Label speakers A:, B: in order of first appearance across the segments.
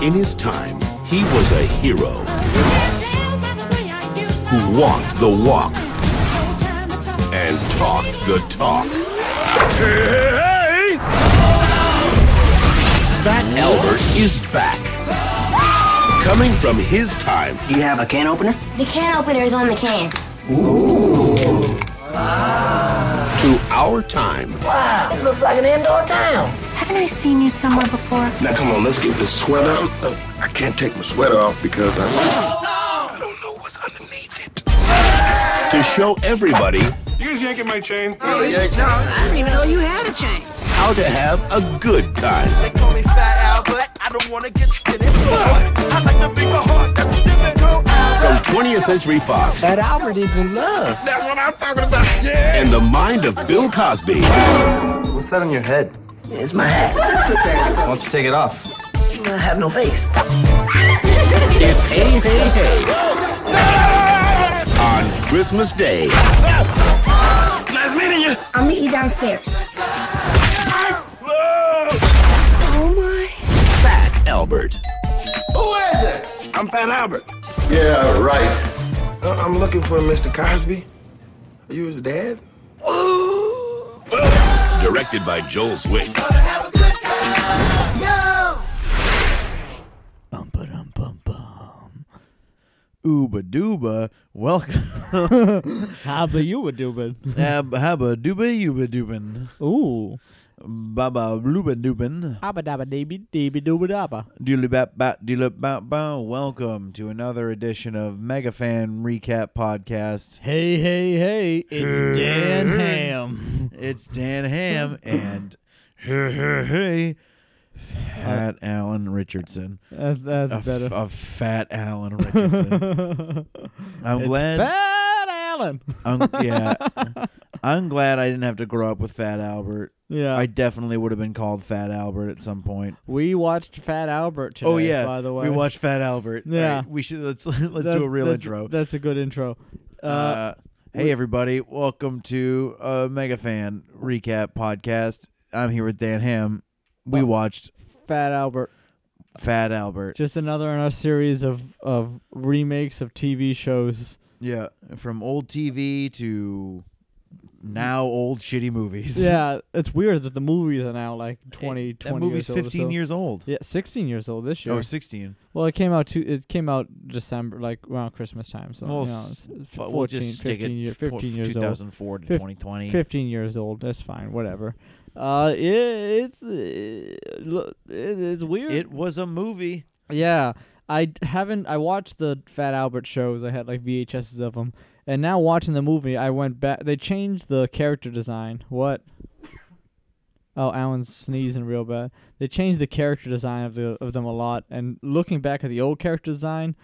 A: In his time, he was a hero
B: who
A: walked the walk and talked the talk. Hey! Fat Albert is back. Coming from his time,
C: Do you have a can opener?
D: The can opener is on the can.
A: to our time.
C: Wow, it looks like an indoor town.
D: Haven't I seen you somewhere before?
A: Now come on, let's get this sweater.
E: I can't take my sweater off because I.
A: I don't know what's underneath it. To show everybody
F: You guys yanking my chain?
C: I didn't even know you had a chain.
A: how to have a good time.
G: They call me Fat Albert. I don't wanna get skinny. But I like to be the heart that's typical.
A: From 20th Century Fox
C: That Albert is in love.
F: That's what I'm talking about. Yeah.
A: and the mind of Bill Cosby.
H: What's that on your head?
C: It's my hat.
H: Why don't you take it off?
C: I have no face.
A: It's Hey Hey Hey. On Christmas Day,
F: Nice meeting you.
D: I'll meet you downstairs. Oh,
A: Fat Albert.
F: I'm Pat Albert.
E: Yeah, right.
H: Uh, I'm looking for Mr. Cosby. Are you his dad?
A: Directed by Joel Zwick.
I: Bum ba dum bum bum. Ooba dooba. Welcome.
J: Habba you were doing.
I: Ab- Habba dooba yuba doobin.
J: Ooh.
I: Baba blooba doobin.
J: Habba dabba dabby dabby dooba dabba.
I: Doodly bap bap doodly bap bow. Welcome to another edition of Mega Fan Recap Podcast.
J: Hey, hey, hey. It's Dan Ham.
I: It's Dan Ham and hey, hey, hey, Fat Alan Richardson.
J: That's, that's
I: A, f-
J: better.
I: a fat Alan Richardson. I'm
J: It's
I: glad.
J: Fat Alan.
I: I'm, yeah, I'm glad I didn't have to grow up with Fat Albert.
J: Yeah.
I: I definitely would have been called Fat Albert at some point.
J: we watched Fat Albert today,
I: Oh yeah,
J: by the way.
I: we watched Fat Albert. All
J: Yeah.
I: right, we should let's let's
J: That's-
I: do a real
J: that's-
I: intro.
J: That's a good intro. Uh,
I: Uh, hey everybody, welcome to a Mega Fan Recap Podcast. I'm here with Dan Ham. We watched
J: Fat Albert.
I: Fat Albert.
J: Just another in our series of, of remakes of TV shows.
I: Yeah, from old TV to now old shitty movies.
J: Yeah, it's weird that the movies are now like 20,
I: that
J: 20
I: movie's
J: years old or
I: 15
J: so.
I: years Oh, old.
J: Yeah, 16 years old this year.
I: Or 16.
J: Well, it came out to it came out December, like around Christmas time. So
I: Well,
J: you know,
I: s-
J: it's it's
I: but
J: 14,
I: we'll just stick
J: 15,
I: it
J: year-
I: f- tw-
J: 15 years old.
I: 2004 to
J: Fif-
I: 2020.
J: 15 years old. That's fine. Whatever. Uh, it, it's uh, look, it, it's weird.
I: It was a movie.
J: yeah, I d- haven't. I watched the Fat Albert shows. I had like VHSs of them, and now watching the movie, I went back. They changed the character design. What? Oh, Alan's sneezing real bad. They changed the character design of the of them a lot, and looking back at the old character design,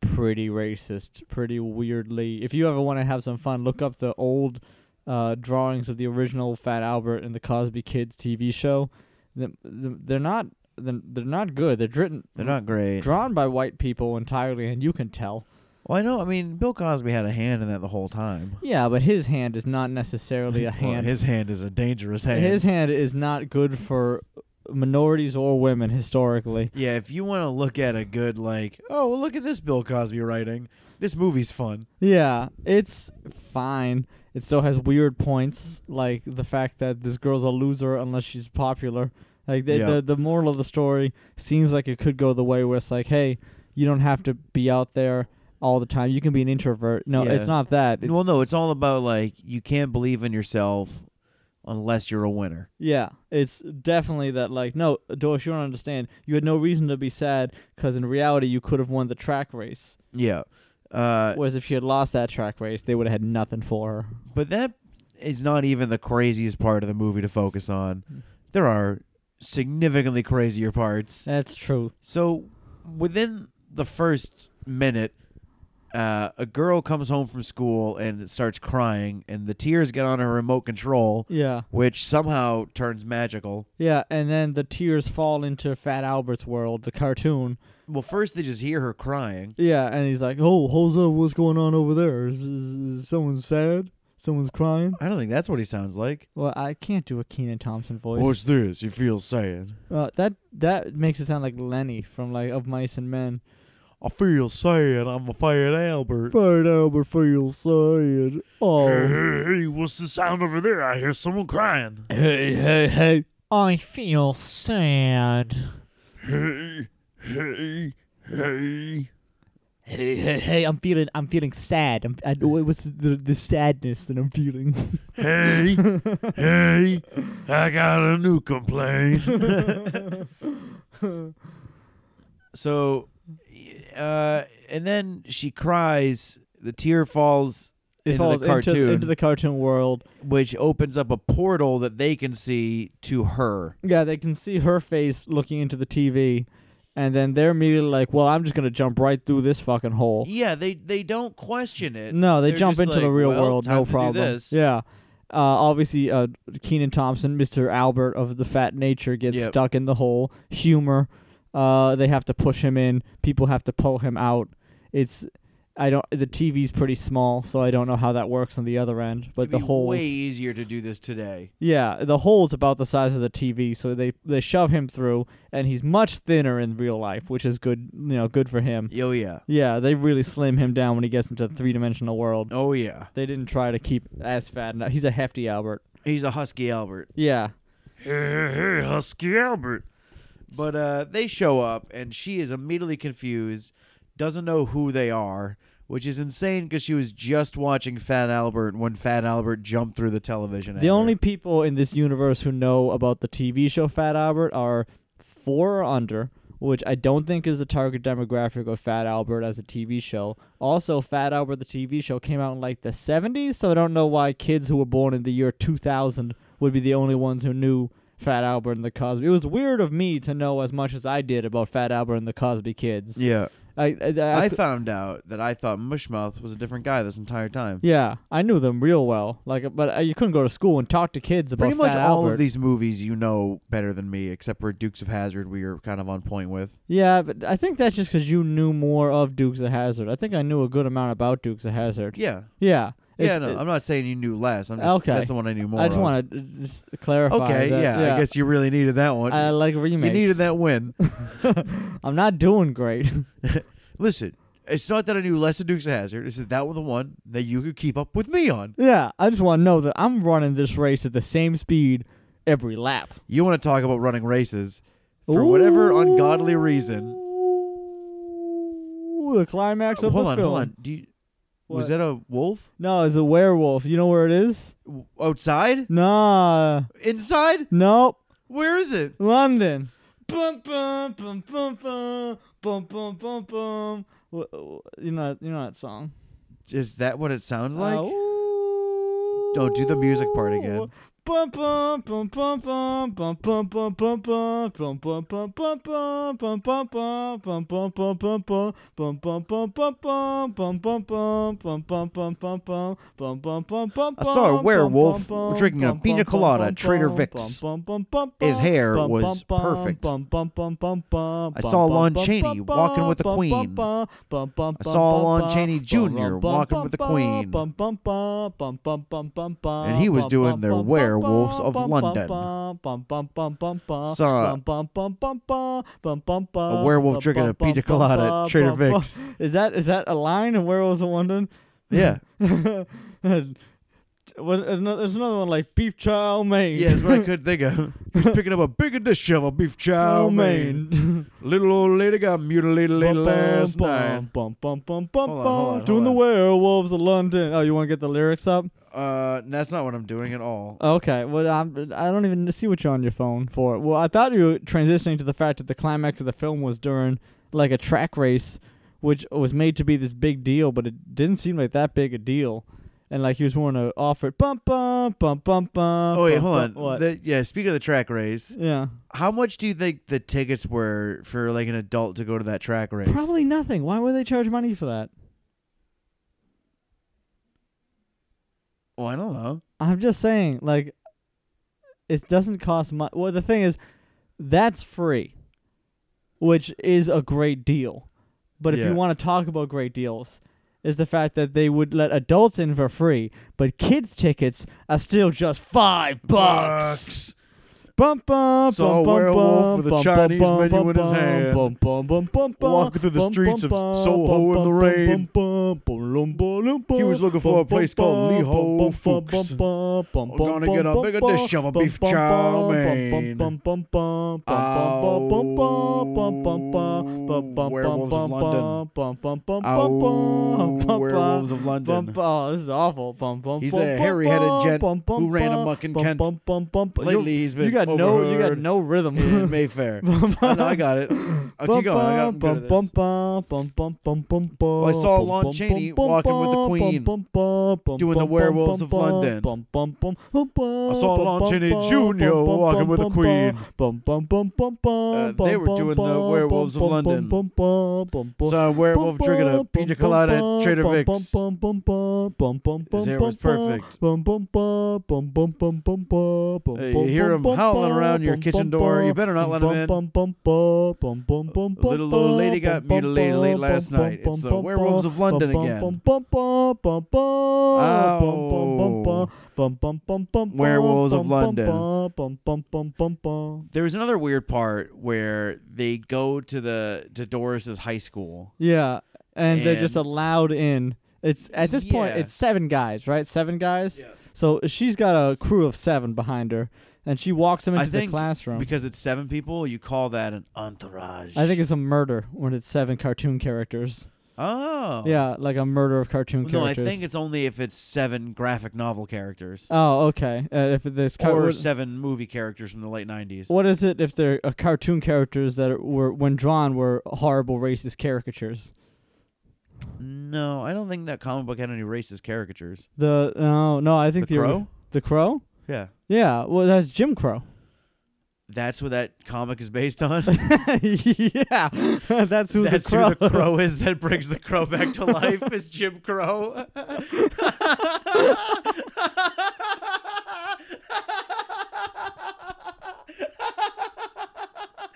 J: pretty racist, pretty weirdly. If you ever want to have some fun, look up the old uh, drawings of the original Fat Albert and the Cosby Kids TV show. The- the- They're not they're they're not good. They're written
I: They're not great.
J: drawn by white people entirely, and you can tell.
I: well, I know. I mean, Bill Cosby had a hand in that the whole time.
J: Yeah, but his hand is not necessarily a
I: Well,
J: hand.
I: his hand is a dangerous hand.
J: his hand is not good for minorities or women historically.
I: yeah, if you want to look at a good, like, oh, well, look at this Bill Cosby writing. This movie's fun.
J: Yeah, it's fine. It still has weird points, like the fact that this girl's a loser unless she's popular. Like the
I: Yeah.
J: the, the moral of the story seems like it could go the way where it's like, hey, you don't have to be out there all the time. You can be an introvert. No,
I: Yeah.
J: it's not that. It's,
I: well, no, it's all about, like, you can't believe in yourself unless you're a winner.
J: Yeah, it's definitely that. Like, no, Doris, you don't understand. You had no reason to be sad because in reality, you could have won the track race.
I: Yeah. Uh,
J: Whereas if she had lost that track race, they would have had nothing for her.
I: But that is not even the craziest part of the movie to focus on. There are significantly crazier parts.
J: That's true.
I: So within the first minute, uh, a girl comes home from school and starts crying, and the tears get on her remote control,
J: Yeah.
I: which somehow turns magical.
J: Yeah, and then the tears fall into Fat Albert's world, the cartoon.
I: Well, first they just hear her crying.
J: Yeah, and he's like, "Oh, Jose, what's going on over there? Is, is, is someone sad? Someone's crying.
I: I don't think that's what he sounds like.
J: Well, I can't do a Keenan Thompson voice.
I: What's this? You feel sad.
J: Uh, that that makes it sound like Lenny from like Of Mice and Men.
I: I feel sad. I'm a fat Albert.
J: Fat Albert feels sad. Oh,
I: Hey, what's the sound over there? I hear someone crying.
J: hey, hey, hey! I feel sad.
I: Hey, hey, hey.
J: Hey, hey, hey! I'm feeling, I'm feeling sad. I'm, I, what's the the sadness that I'm feeling?
I: Hey, hey, I got a new complaint. so, uh, and then she cries. The tear falls
J: it
I: into
J: falls
I: the cartoon,
J: into, into the cartoon world.
I: which opens up a portal that they can see to her.
J: Yeah, they can see her face looking into the TV, and then they're immediately like, "Well, I'm just gonna jump right through this fucking hole."
I: Yeah, they they don't question it.
J: No, they
I: They're
J: jump
I: just
J: into the
I: like,
J: real
I: "Well,
J: world,
I: time
J: no
I: to do
J: problem.
I: this.
J: Yeah. Uh, obviously, uh, Keenan Thompson, Mr. Albert of the Fat Nature, gets
I: Yep.
J: stuck in the hole. Humor. Uh, they have to push him in. People have to pull him out. It's I don't. The TV's pretty small, so I don't know how that works on the other end. But
I: It'd be
J: the hole
I: way
J: is
I: easier to do this today.
J: yeah, the hole's about the size of the TV, so they they shove him through, and he's much thinner in real life, which is good. You know, good for him.
I: Oh yeah,
J: Yeah, they really slim him down when he gets into the three dimensional world.
I: oh yeah.
J: They didn't try to keep as fat. Enough. He's a hefty Albert.
I: He's a husky Albert.
J: Yeah,
I: hey, Husky Albert. But uh, they show up, and she is immediately confused, doesn't know who they are, which is insane because she was just watching Fat Albert when Fat Albert jumped through the television. at
J: the
I: her.
J: only people in this universe who know about the TV show Fat Albert are four or under, which I don't think is the target demographic of Fat Albert as a TV show. Also, Fat Albert the TV show came out in like the 70s, so I don't know why kids who were born in the year 2000 would be the only ones who knew Fat Albert and the Cosby. It was weird of me to know as much as I did about Fat Albert and the Cosby kids.
I: Yeah.
J: I, I, I,
I: I found out that I thought Mushmouth was a different guy this entire time.
J: Yeah, I knew them real well. Like, but uh, you couldn't go to school and talk to kids about
I: Pretty much
J: Fat
I: all
J: Albert.
I: of these movies you know better than me, except for Dukes of Hazard, we are kind of on point with.
J: Yeah, but I think that's just because you knew more of Dukes of Hazard. I think I knew a good amount about Dukes of Hazard.
I: Yeah.
J: Yeah.
I: Yeah,
J: it's-
I: no,
J: it-
I: I'm not saying you knew less. I'm just,
J: Okay.
I: That's the one I knew more
J: I just
I: of.
J: want to just clarify.
I: Okay,
J: that-
I: yeah, I guess you really needed that one.
J: I like remakes.
I: You needed that win.
J: I'm not doing great.
I: Listen, it's not that I knew less of Dukes of Hazard. It's that that was the one that you could keep up with me on.
J: yeah, I just want to know that I'm running this race at the same speed every lap.
I: You want to talk about running races for whatever ungodly reason.
J: Ooh, the climax of
I: hold
J: the
I: on,
J: film.
I: hold on. Do you, was
J: What?
I: that a wolf
J: No, it's a werewolf. You know where it is?
I: W- outside?
J: Nah.
I: Inside?
J: Nope.
I: Where is it?
J: London. Bum bum bum bum bum bum bum bum bum. Wh- wh- You know, you know that song.
I: Is that what it sounds like?
J: uh, ooh.
I: Don't do the music part again.
J: Bum bum bum bum bum bum bum bum bum bum bum bum bum bum bum bum bum bum bum bum bum bum bum bum bum bum bum bum bum bum bum bum bum bum bum bum bum bum bum bum
I: I saw a
J: bum, bum,
I: werewolf
J: bum, bum,
I: drinking a
J: bum,
I: piña
J: bum,
I: colada
J: bum,
I: at Trader
J: bum,
I: Vic's.
J: bum, bum, bum, bum,
I: His hair
J: bum,
I: was
J: bum, bum,
I: perfect.
J: bum, bum, bum, bum, bum,
I: I
J: bum,
I: saw
J: bum,
I: Lon
J: bum,
I: Chaney
J: bum,
I: walking with the
J: bum, bum,
I: Queen.
J: bum, bum, bum,
I: I saw
J: bum,
I: Lon
J: bum,
I: Chaney
J: bum,
I: Jr.
J: bum,
I: walking
J: bum,
I: with the
J: bum,
I: Queen.
J: bum, bum, bum, bum, bum, bum, bum, bum,
I: And he was
J: bum,
I: doing
J: bum,
I: their
J: bum, bum,
I: werewolves of
J: bum, bum,
I: London.
J: bum, bum, bum, bum, bum, bum,
I: Saw
J: bum, bum, bum, bum, bum, bum, bum, bum,
I: a werewolf
J: bum,
I: drinking
J: bum,
I: a
J: bum,
I: pina
J: bum,
I: colada at
J: bum,
I: Trader
J: bum, bum.
I: Vic's.
J: Is that is that a line of werewolves of London?
I: Yeah.
J: What- ano- There's another one like beef chow mein.
I: Yeah, that's what I could think of. He's picking up a bigger dish of a beef chow
J: chow
I: mein.
J: mein.
I: Little old lady got mutilated late
J: Oh, Bum,
I: last
J: bum,
I: night.
J: Bum, bum, bum, bum,
I: Hold on,
J: bum,
I: hold on,
J: doing
I: hold
J: the
I: on.
J: werewolves of London. Oh, you want to get the lyrics up?
I: Uh, that's not what I'm doing at all.
J: Okay. Well, I'm, I don't even see what you're on your phone for. Well, I thought you were transitioning to the fact that the climax of the film was during like a track race, which was made to be this big deal, but it didn't seem like that big a deal. And like he was willing to offer it. Bum, bum, bum, bum, bum.
I: Oh wait,
J: bum,
I: hold
J: bum.
I: on.
J: uh, What?
I: The- yeah, speaking of the track race,
J: yeah.
I: how much do you think the tickets were for like an adult to go to that track race?
J: Probably nothing. Why would they charge money for that?
I: Oh, I don't know.
J: I'm just saying, like, it doesn't cost much. Well, the thing is, that's free, which is a great deal. But if
I: Yeah.
J: you want to talk about great deals, is the fact that they would let adults in for free, but kids tickets are still just five bucks. Bum bum
I: Saw a
J: bum bum
I: werewolf
J: bum,
I: with a
J: bum, bum,
I: Chinese
J: bum,
I: menu
J: bum,
I: in his
J: bum,
I: hand,
J: Bum bum bum bum bum.
I: walking through the
J: bum,
I: streets of
J: bum, bum,
I: Soho
J: bum,
I: in the
J: bum,
I: rain.
J: bum, bum, bum, bum, bum, bum,
I: He was looking for a
J: bum, bum,
I: place called
J: bum,
I: Lee Ho
J: bum, bum,
I: Fook's.
J: bum, bum, bum,
I: I'm
J: bum,
I: gonna
J: bum,
I: get a
J: bum,
I: bigger
J: bum,
I: dish of a
J: bum,
I: beef
J: bum, bum,
I: chow
J: bum,
I: mein.
J: bum, bum, bum, bum, bum, bum, bum, bum, bum, bum, bum, bum,
I: Werewolves of
J: bum,
I: London.
J: bum, bum, bum, bum,
I: Ow,
J: bum, bum, bum,
I: Werewolves of London.
J: bum, Oh, this is awful. Bum, bum,
I: He's
J: bum,
I: a
J: bum,
I: hairy-headed
J: bum,
I: gent
J: bum, bum,
I: who ran
J: bum,
I: amok in
J: bum,
I: Kent.
J: Bum, bum, bum, bum.
I: Lately,
J: You-
I: he's been
J: You got no. You got
I: overheard
J: no rhythm.
I: in Mayfair.
J: Bum,
I: I know, I got it. I'll keep going. I got I'm good at this.
J: I
I: I saw Lon Chaney walking with the Queen, doing the werewolves of London.
J: I
I: saw Lon Chaney Jr. walking with the Queen. Uh, they were doing the werewolves of London. Saw a werewolf drinking a pina colada at Trader Vic's. His
J: His
I: hair was perfect. Uh,
J: You
I: you hear him howling around your kitchen door. You better not let him in.
J: A
I: A little old lady got mutilated late last night. It's the werewolves of London again. Ow. Werewolves of
J: London.
I: There was another weird part where they go to the to Doris's high school.
J: Yeah, and they're just
I: And-
J: allowed in. It's at this point
I: Yeah.
J: it's seven guys, right? Seven guys. So she's got a crew of seven behind her, and she walks them
I: I
J: into the
I: think
J: classroom.
I: because it's seven people, you call that an entourage.
J: I think it's a murder when it's seven cartoon characters.
I: Oh.
J: Yeah, like a murder of cartoon
I: No, I
J: characters.
I: think it's only if it's seven graphic novel characters
J: Oh, okay. Uh, if this car-
I: or
J: what-
I: seven movie characters from the late nineties.
J: what is it if they're uh, cartoon characters that are, were when drawn were horrible racist caricatures?
I: No, I don't think that comic book had any racist caricatures.
J: The no, no, I think
I: The
J: the ori-
I: Crow?
J: the crow.
I: Yeah.
J: Yeah, well, that's Jim Crow.
I: That's what that comic is based on.
J: yeah, that's who
I: That's
J: the crow.
I: who the crow is that brings the crow back to life is Jim Crow.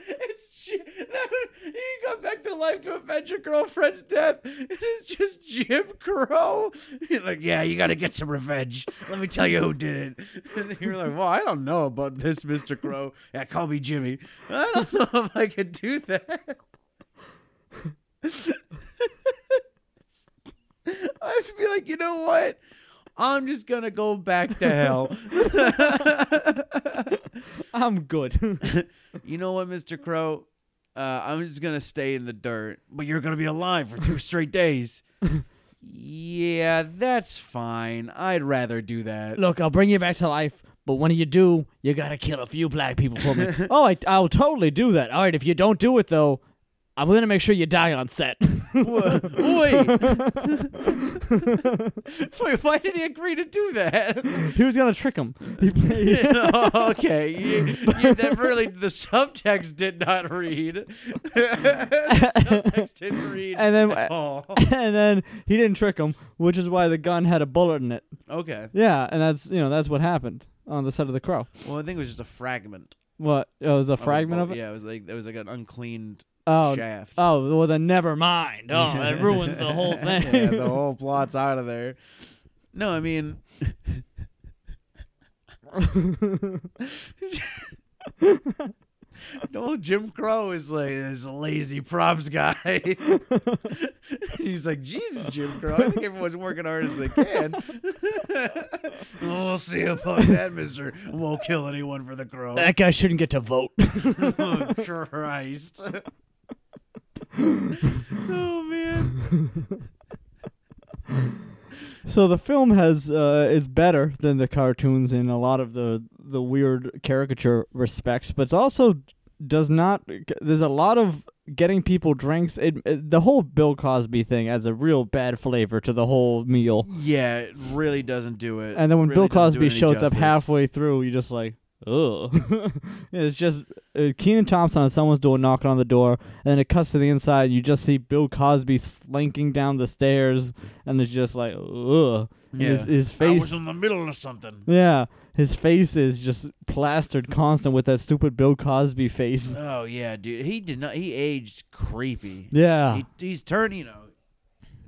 I: it's Jim. You come back to life to avenge your girlfriend's death. It is just Jim Crow. He's like, yeah, you got to get some revenge. Let me tell you who did it. And you're like, well, I don't know about this, Mr. Crow. Yeah, call me Jimmy. I don't know if I could do that. I would be like, you know what? I'm just gonna go back to hell.
J: I'm good.
I: you know what, Mr. Crow? Uh, I'm just gonna stay in the dirt, but you're gonna be alive for two straight days. yeah, that's fine. I'd rather do that.
J: Look, I'll bring you back to life, but when you do, you gotta kill a few black people for me. oh, I, I'll totally do that. All right, if you don't do it though, I'm gonna make sure you die on set.
I: Wha- Wait, wait, why did he agree to do that?
J: he was gonna trick him. He played,
I: okay, you, you, that really the subtext did not read. the subtext didn't read
J: And then-
I: at all.
J: and then he didn't trick him, which is why the gun had a bullet in it.
I: Okay.
J: Yeah, and that's you know that's what happened on the set of the crow.
I: Well, I think it was just a fragment.
J: What it was a
I: a
J: fragment
I: boat.
J: of it.
I: Yeah, it was like it was like an uncleaned
J: Oh,
I: shaft.
J: oh well then never mind. Oh, that ruins the whole thing.
I: yeah, the whole plot's out of there. No, I mean, the old Jim Crow is like this lazy props guy. He's like, Jesus, Jim Crow. I think everyone's working hard as they can. we'll see about that, Mister. Won't kill anyone for the crow.
J: that guy shouldn't get to vote.
I: oh, Christ. oh man.
J: So the film has uh, is better than the cartoons in a lot of the the weird caricature respects, but it's also does not. There's a lot of getting people drinks. It, it- the whole Bill Cosby thing adds a real bad flavor to the whole meal.
I: Yeah, it really doesn't do it.
J: And then when
I: Really
J: Bill
I: doesn't do
J: Cosby
I: it any
J: shows up
I: justice.
J: halfway through, you're just like, ugh. it's just uh, Keenan Thompson on someone's door knocking on the door, and then it cuts to the inside, and you just see Bill Cosby slinking down the stairs, and it's just like, ugh. And His, his
A: I
J: face,
A: was in the middle of something.
J: yeah, his face is just plastered constant with that stupid Bill Cosby face.
I: Oh yeah, dude. He did not. He aged creepy.
J: Yeah.
I: He, he's turned. You know,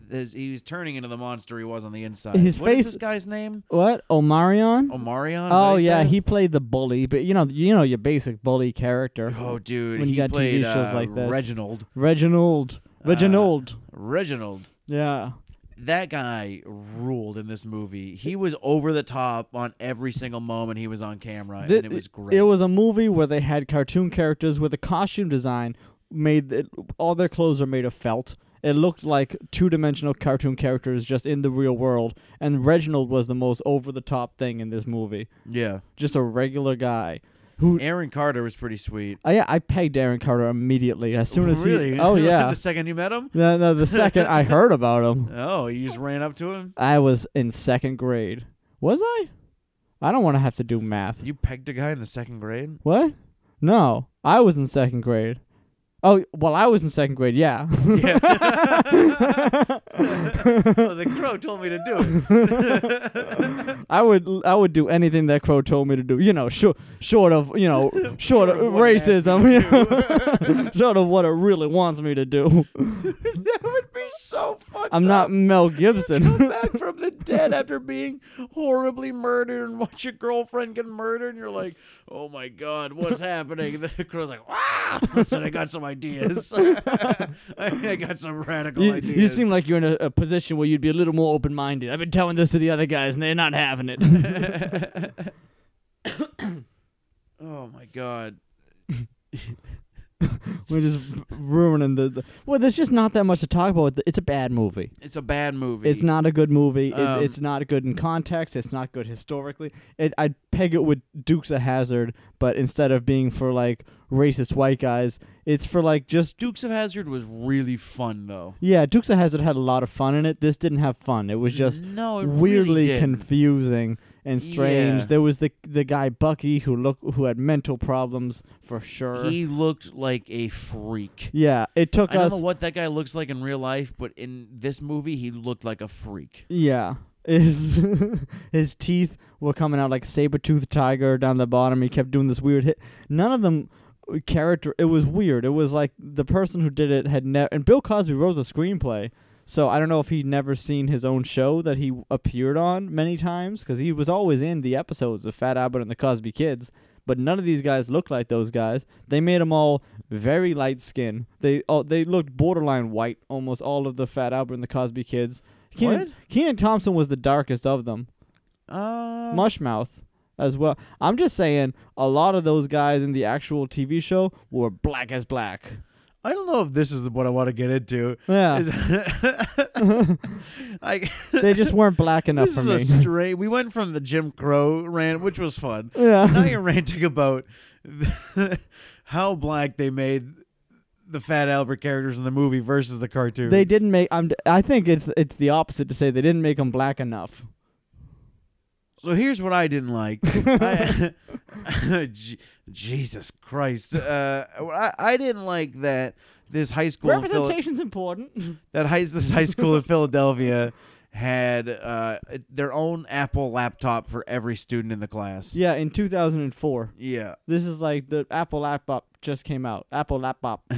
I: his, he was turning into the monster he was on the inside.
J: His
I: What is
J: face-
I: this guy's name?
J: What? Omarion?
I: Omarion. is that
J: oh
I: his
J: yeah,
I: name?
J: he played the bully, but you know, you know your basic bully character.
I: Oh, dude,
J: when
I: he
J: you got
I: played
J: TV shows
I: uh,
J: like this.
I: Reginald.
J: Reginald.
I: Uh,
J: Reginald.
I: Reginald.
J: yeah.
I: That guy ruled in this movie. He was over the top on every single moment he was on camera,
J: Th-
I: and it was great.
J: It was a movie where they had cartoon characters with a costume design made it, all their clothes are made of felt. It looked like two-dimensional cartoon characters just in the real world, and Reginald was the most over-the-top thing in this movie.
I: yeah.
J: Just a regular guy who
I: Aaron Carter was pretty sweet.
J: I, I pegged Aaron Carter immediately as soon as
I: really?
J: he Oh yeah.
I: the second you met him?
J: No, no, the second I heard about him,
I: Oh, you just ran up to him.
J: I was in second grade. Was I? I don't want to have to do math.
I: You pegged a guy in the second grade.
J: What? No, I was in second grade. Oh, well, I was in second grade. Yeah.
I: Yeah. oh, the crow told me to do it.
J: I would I would do anything that Crow told me to do. You know, short short of you know short, of,
I: of what it asked me
J: racism. you know. short of what it really wants me to do.
I: that would be so fucked
J: I'm
I: up.
J: not Mel
I: come
J: Gibson.
I: back from the dead after being horribly murdered and watch your girlfriend get murdered and you're like oh my god what's happening and then the crow's like wow listen i got some ideas I, I got some radical
J: You,
I: ideas
J: you seem like you're in a, a position where you'd be a little more open minded. I've been telling this to the other guys, and they're not having it.
I: oh my god
J: We're just ruining the, the. Well, there's just not that much to talk about. It's a bad movie.
I: it's a bad movie
J: It's not a good movie.
I: Um,
J: it, it's not good in context. It's not good historically. It, I'd peg it with Dukes of Hazard, but instead of being for like racist white guys, it's for like just
I: dukes of hazard was really fun though
J: yeah. Dukes of Hazard had a lot of fun in it. This didn't have fun. It was just
I: No, Oh, it really
J: weirdly
I: didn't.
J: confusing and strange.
I: Yeah.
J: There was the the guy Bucky who look who had mental problems for sure.
I: he looked like a freak
J: yeah, it took
I: I don't
J: us.
I: know what that guy looks like in real life, but in this movie, he looked like a freak.
J: Yeah. His his teeth were coming out like saber toothed tiger down the bottom. He kept doing this weird hit. None of them uh, character. It was weird. It was like the person who did it had never. And Bill Cosby wrote the screenplay, so I don't know if he'd never seen his own show that he appeared on many times because he was always in the episodes of Fat Albert and the Cosby Kids. But none of these guys looked like those guys. They made them all very light skinned. They all they looked borderline white. Almost all of the Fat Albert and the Cosby Kids. Keenan,
I: What?
J: Keenan Thompson was the darkest of them.
I: Uh,
J: Mushmouth as well. I'm just saying, a lot of those guys in the actual TV show were black as black.
I: I don't know if this is what I want to get into.
J: Yeah.
I: Is- I,
J: They just weren't black enough
I: this
J: for
I: is
J: me.
I: a straight. We went from the Jim Crow rant, which was fun.
J: Yeah.
I: Now you're ranting about how black they made the Fat Albert characters in the movie versus the cartoon.
J: they didn't make. I'm. I think it's it's the opposite to say they didn't make them black enough.
I: So here's what I didn't like. I, Je- Jesus Christ, uh, I, I didn't like that this high school in Phila-
J: Representation's important.
I: that high this high school in Philadelphia had uh, their own Apple laptop for every student in the class.
J: yeah, in 2004,
I: Yeah,
J: this is like the Apple laptop just came out. Apple laptop.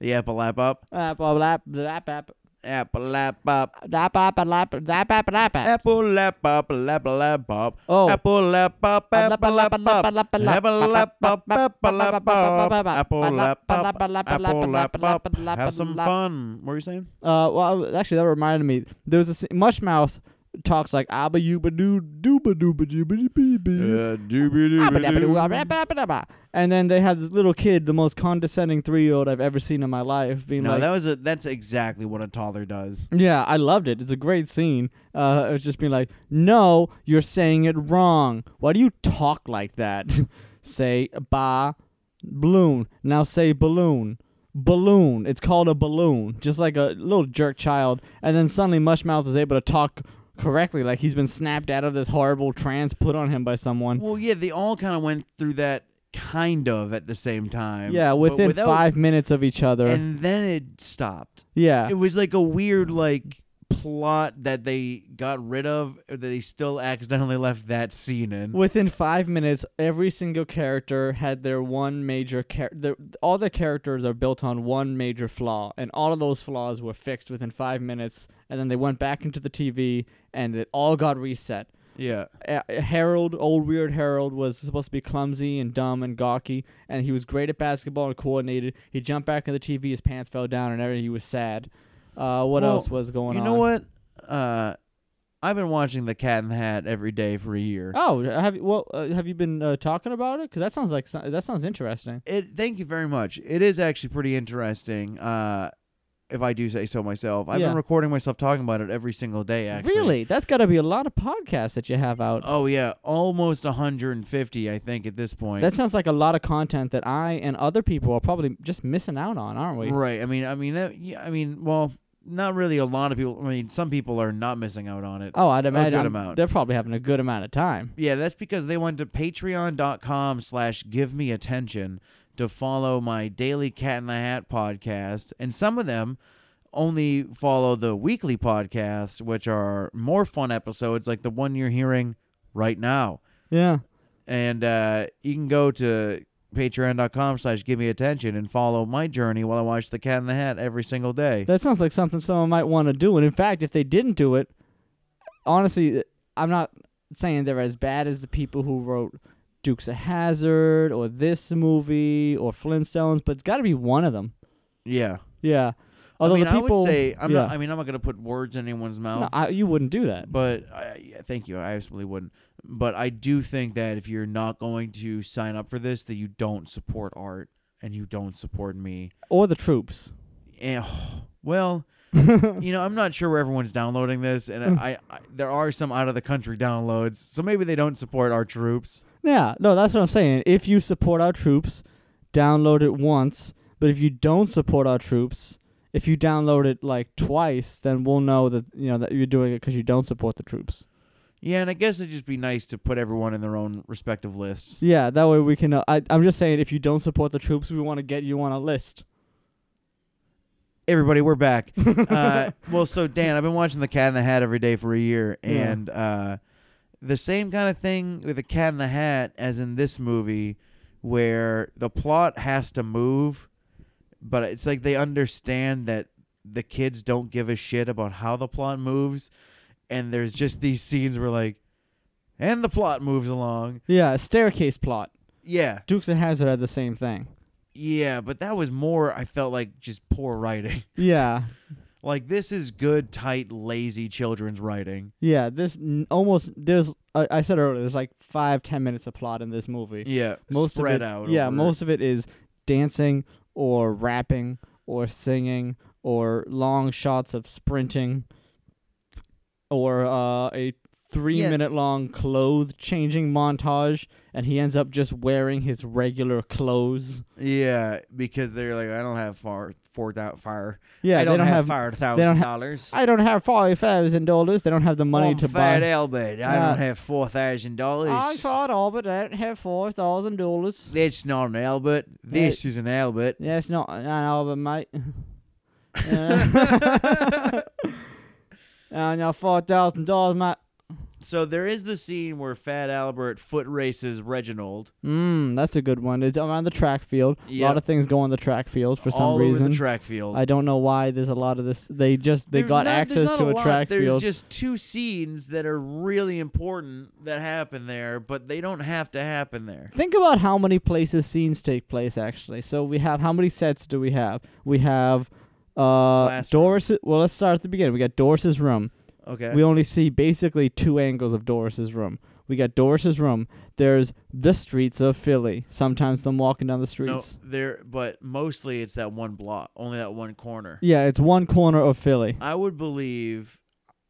I: the Apple laptop,
J: Apple lap lap app.
I: Apple laptop.
J: Lap app lap lap app lap app.
I: Apple laptop, laptop, laptop.
J: Oh.
I: Apple laptop, Apple laptop. Apple laptop, laptop, Apple laptop, Apple laptop. Have some fun. What were you saying?
J: Uh, well, actually, that reminded me. There was this Mushmouth talks like abba yuba doo dooba dooba dooba dooba dooba. Abba dabba doo, abba dabba dabba dabba. And then they had this little kid, the most condescending three-year-old I've ever seen in my life, being
I: No,
J: like,
I: that was a. That's exactly what a toddler does.
J: "Yeah, I loved it. It's a great scene." Uh, it was just being like, "No, you're saying it wrong. Why do you talk like that? say ba balloon. Now say balloon." Balloon. It's called a balloon. Just like a little jerk child. And then suddenly Mushmouth is able to talk correctly, like he's been snapped out of this horrible trance put on him by someone.
I: Well, yeah, they all kind of went through that kind of at the same time.
J: Yeah,
I: but
J: within
I: without-
J: five minutes of each other.
I: And then it stopped.
J: yeah.
I: It was like a weird like plot that they got rid of or that they still accidentally left that scene in.
J: Within five minutes, every single character had their one major character. All the characters are built on one major flaw, and all of those flaws were fixed within five minutes. And then they went back into the TV, and it all got reset.
I: Yeah.
J: A- Harold, old weird Harold, was supposed to be clumsy and dumb and gawky, and he was great at basketball and coordinated. He jumped back in the TV, his pants fell down, and everything. He was sad. Uh, what
I: Well,
J: else was going
I: you
J: on?
I: know what? Uh, I've been watching The Cat in the Hat every day for a year.
J: Oh, have you, well, uh, have you been uh, talking about it? Because that sounds like so- that sounds interesting.
I: It. Thank you very much. It is actually pretty interesting. Uh, if I do say so myself, I've
J: Yeah.
I: been recording myself talking about it every single day. Actually,
J: Really, that's got to be a lot of podcasts that you have out.
I: Oh yeah, almost 150, I think, at this point.
J: that sounds like a lot of content that I and other people are probably just missing out on, aren't we?
I: right. I mean, I mean, that, yeah, I mean, well, not really a lot of people. I mean, some people are not missing out on it.
J: Oh, I'd
I: A
J: imagine
I: good
J: I'm-
I: amount.
J: they're probably having a good amount of time.
I: Yeah, that's because they went to patreon.com slash give me attention to follow my daily cat in the hat podcast. And some of them only follow the weekly podcasts, which are more fun episodes like the one you're hearing right now.
J: Yeah.
I: And uh, you can go to patreon.com slash give me attention and follow my journey while I watch the cat in the hat every single day.
J: That sounds like something someone might want to do. And in fact, if they didn't do it, honestly, I'm not saying they're as bad as the people who wrote Dukes of Hazard or this movie or Flintstones, but it's got to be one of them.
I: yeah.
J: Yeah. Although
I: I mean,
J: the people,
I: I would say, I'm not,
J: yeah.
I: I mean, I'm not going to put words in anyone's mouth.
J: No, I, you wouldn't do that.
I: But I, yeah, thank you. I absolutely wouldn't. But I do think that if you're not going to sign up for this, that you don't support art and you don't support me.
J: Or the troops.
I: And well, you know, I'm not sure where everyone's downloading this, and I, I there are some out of the country downloads, so maybe they don't support our troops.
J: Yeah, no, that's what I'm saying. If you support our troops, download it once. But if you don't support our troops, if you download it like twice, then we'll know that you know that you're doing it because you don't support the troops.
I: Yeah, and I guess it'd just be nice to put everyone in their own respective lists.
J: Yeah, that way we can. Uh, I, I'm just saying, if you don't support the troops, we want to get you on a list.
I: Everybody, we're back. uh, well, so Dan, I've been watching The Cat in the Hat every day for a year,
J: Yeah.
I: and uh, the same kind of thing with The Cat in the Hat as in this movie, where the plot has to move, but it's like they understand that the kids don't give a shit about how the plot moves, and there's just these scenes where like, and the plot moves along.
J: Yeah, a staircase plot.
I: Yeah,
J: Dukes of Hazard had the same thing.
I: yeah, but that was more. I felt like just poor writing.
J: Yeah,
I: like this is good, tight, lazy children's writing.
J: yeah. This n- almost there's. I I said earlier, there's like five, ten minutes of plot in this movie.
I: Yeah,
J: most
I: spread
J: of it,
I: out.
J: Yeah,
I: over-
J: most of it is dancing or rapping or singing or long shots of sprinting or uh, a three
I: Yeah.
J: minute long clothes changing montage, and he ends up just wearing his regular clothes.
I: Yeah, because they're like, I don't have far four thou- fire.
J: Yeah,
I: I
J: they
I: don't,
J: don't
I: have,
J: have-
I: fire
J: they don't
I: thousand
J: ha-
I: dollars.
J: I don't have five thousand dollars. They don't have the money
I: I'm
J: to
I: fat
J: buy.
I: Albert. I
J: Yeah.
I: don't have four thousand dollars.
J: all, but I don't have four thousand dollars.
I: That's not an Albert. This is an Albert.
J: That's not an album, mate. Uh, And now four thousand dollars, mate.
I: So there is the scene where Fat Albert foot races Reginald
J: Mm, that's a good one. It's around the track field. A lot
I: Yep.
J: of things go on the track field for some
I: all
J: reason.
I: over the track field.
J: I don't know why there's a lot of this. They just they
I: There's
J: got
I: not- there's
J: access
I: not
J: to a,
I: lot.
J: track
I: there's
J: field.
I: just two scenes that are really important that happen there, but they don't have to happen there.
J: Think about how many places scenes take place actually. So we have how many sets do we have? We have uh
I: Classroom.
J: Doris well let's start at the beginning. We got Doris's room.
I: Okay.
J: We only see basically two angles of Doris's room. We got Doris's room. There's the streets of Philly. Sometimes them walking down the
I: No,
J: streets.
I: there, but mostly it's that one block, only that one corner.
J: Yeah, it's one corner of Philly.
I: I would believe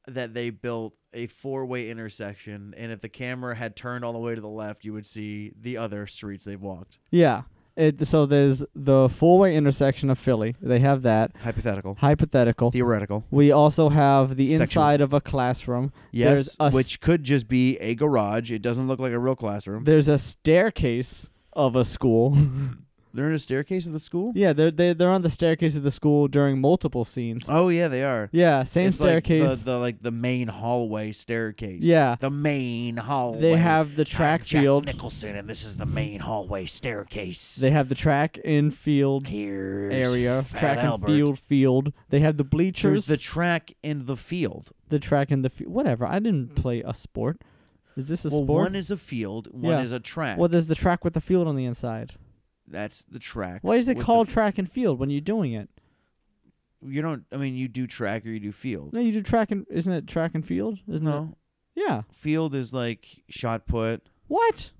I: that they built a four-way intersection, and if the camera had turned all the way to the left, you would see the other streets they've walked.
J: Yeah. It, so there's the four-way intersection of Philly. They have that
I: Hypothetical,
J: hypothetical.
I: theoretical,
J: we also have the
I: Sexual.
J: inside of a classroom.
I: yes,
J: There's a s-
I: which could just be a garage. It doesn't look like a real classroom.
J: there's a staircase of a school.
I: They're in a staircase of the school.
J: Yeah, they're they, they're on the staircase of the school during multiple scenes.
I: Oh yeah, they are.
J: yeah, same
I: It's like the-
J: staircase.
I: the, like the main hallway staircase.
J: Yeah.
I: the main hallway.
J: they have the
I: I'm
J: track
I: Jack
J: field.
I: Nicholson, and this is the main hallway staircase.
J: They have the track and field
I: Here's
J: area,
I: Fat
J: track and
I: Albert.
J: field field. They have the
I: There's
J: bleachers,
I: the track and the field.
J: the track and the field. Whatever. I didn't play a sport. Is this a
I: well,
J: sport?
I: one is a field, one
J: Yeah.
I: is a track.
J: well, there's the track with the field on the inside.
I: That's the track.
J: Why is it
I: with the
J: called
I: f-
J: track and field when you're doing it?
I: you don't. I mean, you do track or you do field.
J: No, you do track and isn't it track and field? Isn't it?
I: No,
J: Yeah.
I: field is like shot put.
J: What?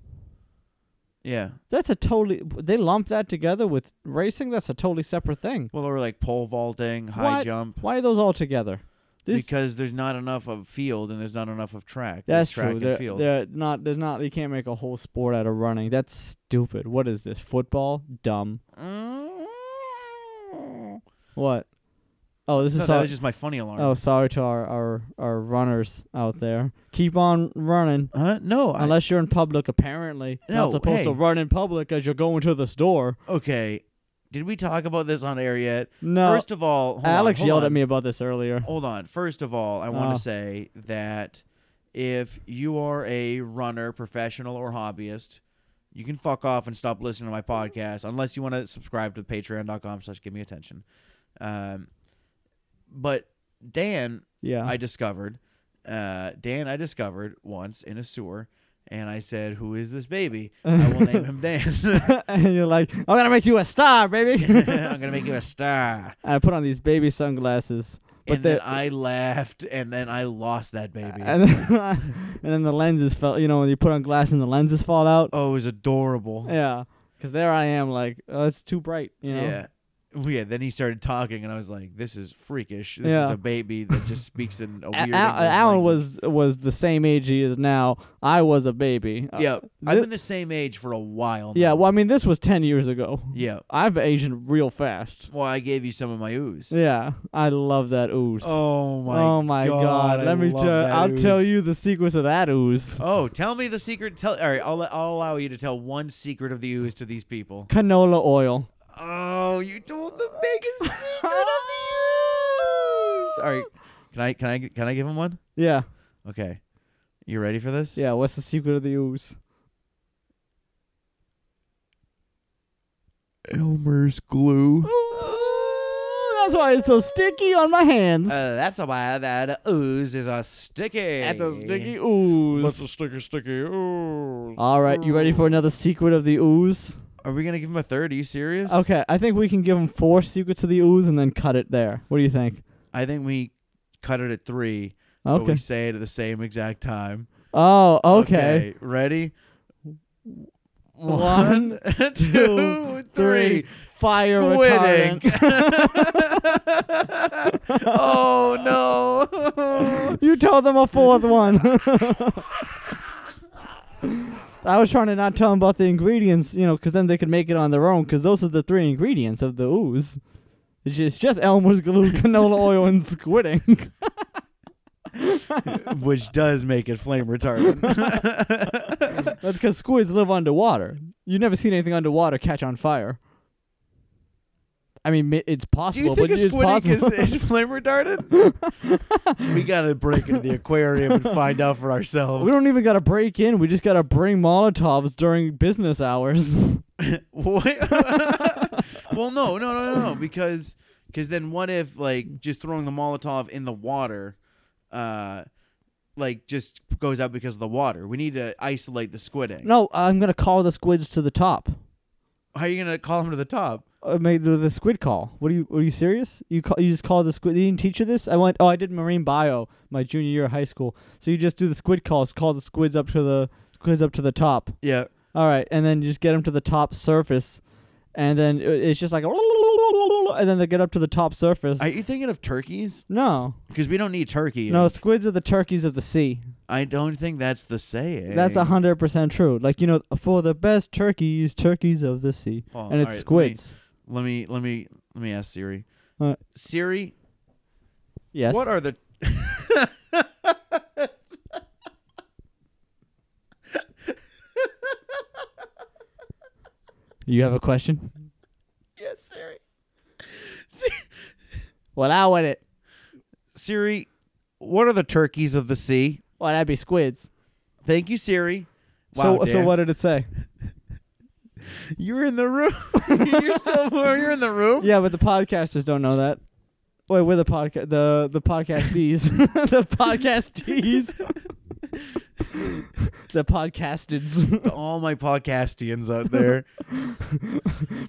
I: Yeah.
J: That's a totally. They lump that together with racing. That's a totally separate thing.
I: Well, or like pole vaulting, high
J: What?
I: jump.
J: Why are those all together? This,
I: because there's not enough of field and there's not enough of track. There's
J: that's
I: track
J: true.
I: and
J: They're,
I: field.
J: they're not. There's not. You can't make a whole sport out of running. That's stupid. What is this? Football? Dumb. What? Oh, this
I: No,
J: is
I: that
J: all-
I: was just my funny alarm.
J: oh, sorry to our, our our runners out there. Keep on running.
I: Huh? No, I,
J: Unless you're in public, apparently. You're
I: No,
J: not supposed to
I: hey.
J: run in public as you're going to the store.
I: okay. Did we talk about this on air yet?
J: No.
I: First of all, hold on,
J: Alex
I: hold
J: yelled
I: on. Oh,
J: at me about this earlier.
I: Hold on. First of all, I want
J: Oh.
I: to say that if you are a runner, professional or hobbyist, you can fuck off and stop listening to my podcast unless you want to subscribe to patreon.com slash give me attention. Um, but Dan,
J: Yeah.
I: I discovered, uh, Dan, I discovered once in a sewer, and I said, "Who is this baby? I will name him Dan.
J: and you're like, I'm gonna make you a star, baby.
I: I'm gonna make you a star."
J: I put on these baby sunglasses, but
I: and then
J: the-
I: I laughed, and then I lost that baby.
J: and then, and then the lenses fell. You know, when you put on glass and the lenses fall out.
I: Oh, it was adorable.
J: Yeah, because there I am, like, oh, it's too bright. You know.
I: Yeah. Well, Yeah, then he started talking, and I was like, "This is freakish. This is
J: Yeah.
I: a baby that just speaks in a
J: A-
I: weird."
J: Al-
I: English
J: Alan
I: language.
J: was was the same age he is now. I was a baby. Uh,
I: Yeah, I've
J: thi-
I: been the same age for a while.
J: yeah.
I: now.
J: Well, I mean, this was ten years ago.
I: yeah.
J: I've aged real fast.
I: Well, I gave you some of my ooze.
J: Yeah, I love that ooze.
I: Oh my.
J: Oh god!
I: I
J: Let me
I: love
J: tell.
I: that
J: I'll tell
I: ooze.
J: you the sequence of that ooze.
I: Oh, tell me the secret. Tell. All right, I'll I'll allow you to tell one secret of the ooze to these people.
J: Canola oil.
I: Oh, you told the biggest secret of the ooze. All right, can I can I can I give him one?
J: Yeah.
I: Okay, you ready for this?
J: Yeah, what's the secret of the ooze?
I: Elmer's glue.
J: That's why it's so sticky on my hands.
I: Uh, that's why that ooze is a sticky. Uh,
J: At the sticky ooze.
I: sticky, sticky ooze.
J: All right, you ready
I: Mm.
J: for another secret of the ooze?
I: Are we gonna give him a third? Are you serious?
J: Okay, I think we can give him four secrets of the ooze and then cut it there. What do you think?
I: I think we cut it at three. But
J: Okay.
I: we say it at the same exact time.
J: Oh, okay.
I: Ready?
J: One,
I: two, three.
J: Fire
I: Squidding.
J: retardant.
I: oh no.
J: you told them a fourth one. I was trying to not tell them about the ingredients, you know, because then they could make it on their own. Because those are the three ingredients of the ooze. It's just, just Elmer's glue, canola oil, and squidding.
I: Which does make it flame retardant.
J: That's because squids live underwater. You never seen anything underwater catch on fire. I mean, mi- it's
I: Do you
J: possible,
I: think
J: but
I: a
J: it's
I: squid is,
J: possible.
I: is flame retardant? we gotta break into the aquarium and find out for ourselves.
J: we don't even gotta break in. We just gotta bring Molotovs during business hours.
I: What? well, no, no, no, no, no, because because then what if like just throwing the Molotov in the water, uh, like just goes out because of the water? We need to isolate the squid egg.
J: no, I'm gonna call the squids to the top.
I: How are you gonna call him to the top?
J: I made Uh, the, the squid call. What are you? Are you serious? You call? You just call the squid? You didn't teach you this? I went. Oh, I did marine bio my junior year of high school. So you just do the squid calls. Call the squids up to the squids up to the top.
I: Yeah.
J: All right, and then you just get them to the top surface, and then it- it's just like, and then they get up to the top surface.
I: Are you thinking of turkeys?
J: no,
I: Because we don't need turkey.
J: no,
I: egg.
J: squids are the turkeys of the sea.
I: I don't think that's the saying.
J: That's a hundred percent true. Like you know, for the best turkeys, turkeys of the sea,
I: Oh, all right,
J: and it's
I: let me-
J: squids.
I: Let me let me let me ask Siri.
J: Uh,
I: Siri,
J: yes.
I: what are the
J: you have a question? Well, I want it.
I: Siri, what are the turkeys of the sea?
J: Well, that'd be squids.
I: Thank you, Siri.
J: So,
I: Wow,
J: so
I: Dan.
J: what did it say?
I: You're in the room. you're still. You're in the room.
J: Yeah, but the podcasters don't know that. Wait, we're the podcast the the podcastees, the podcastees, the podcasteds,
I: All my podcastians out there.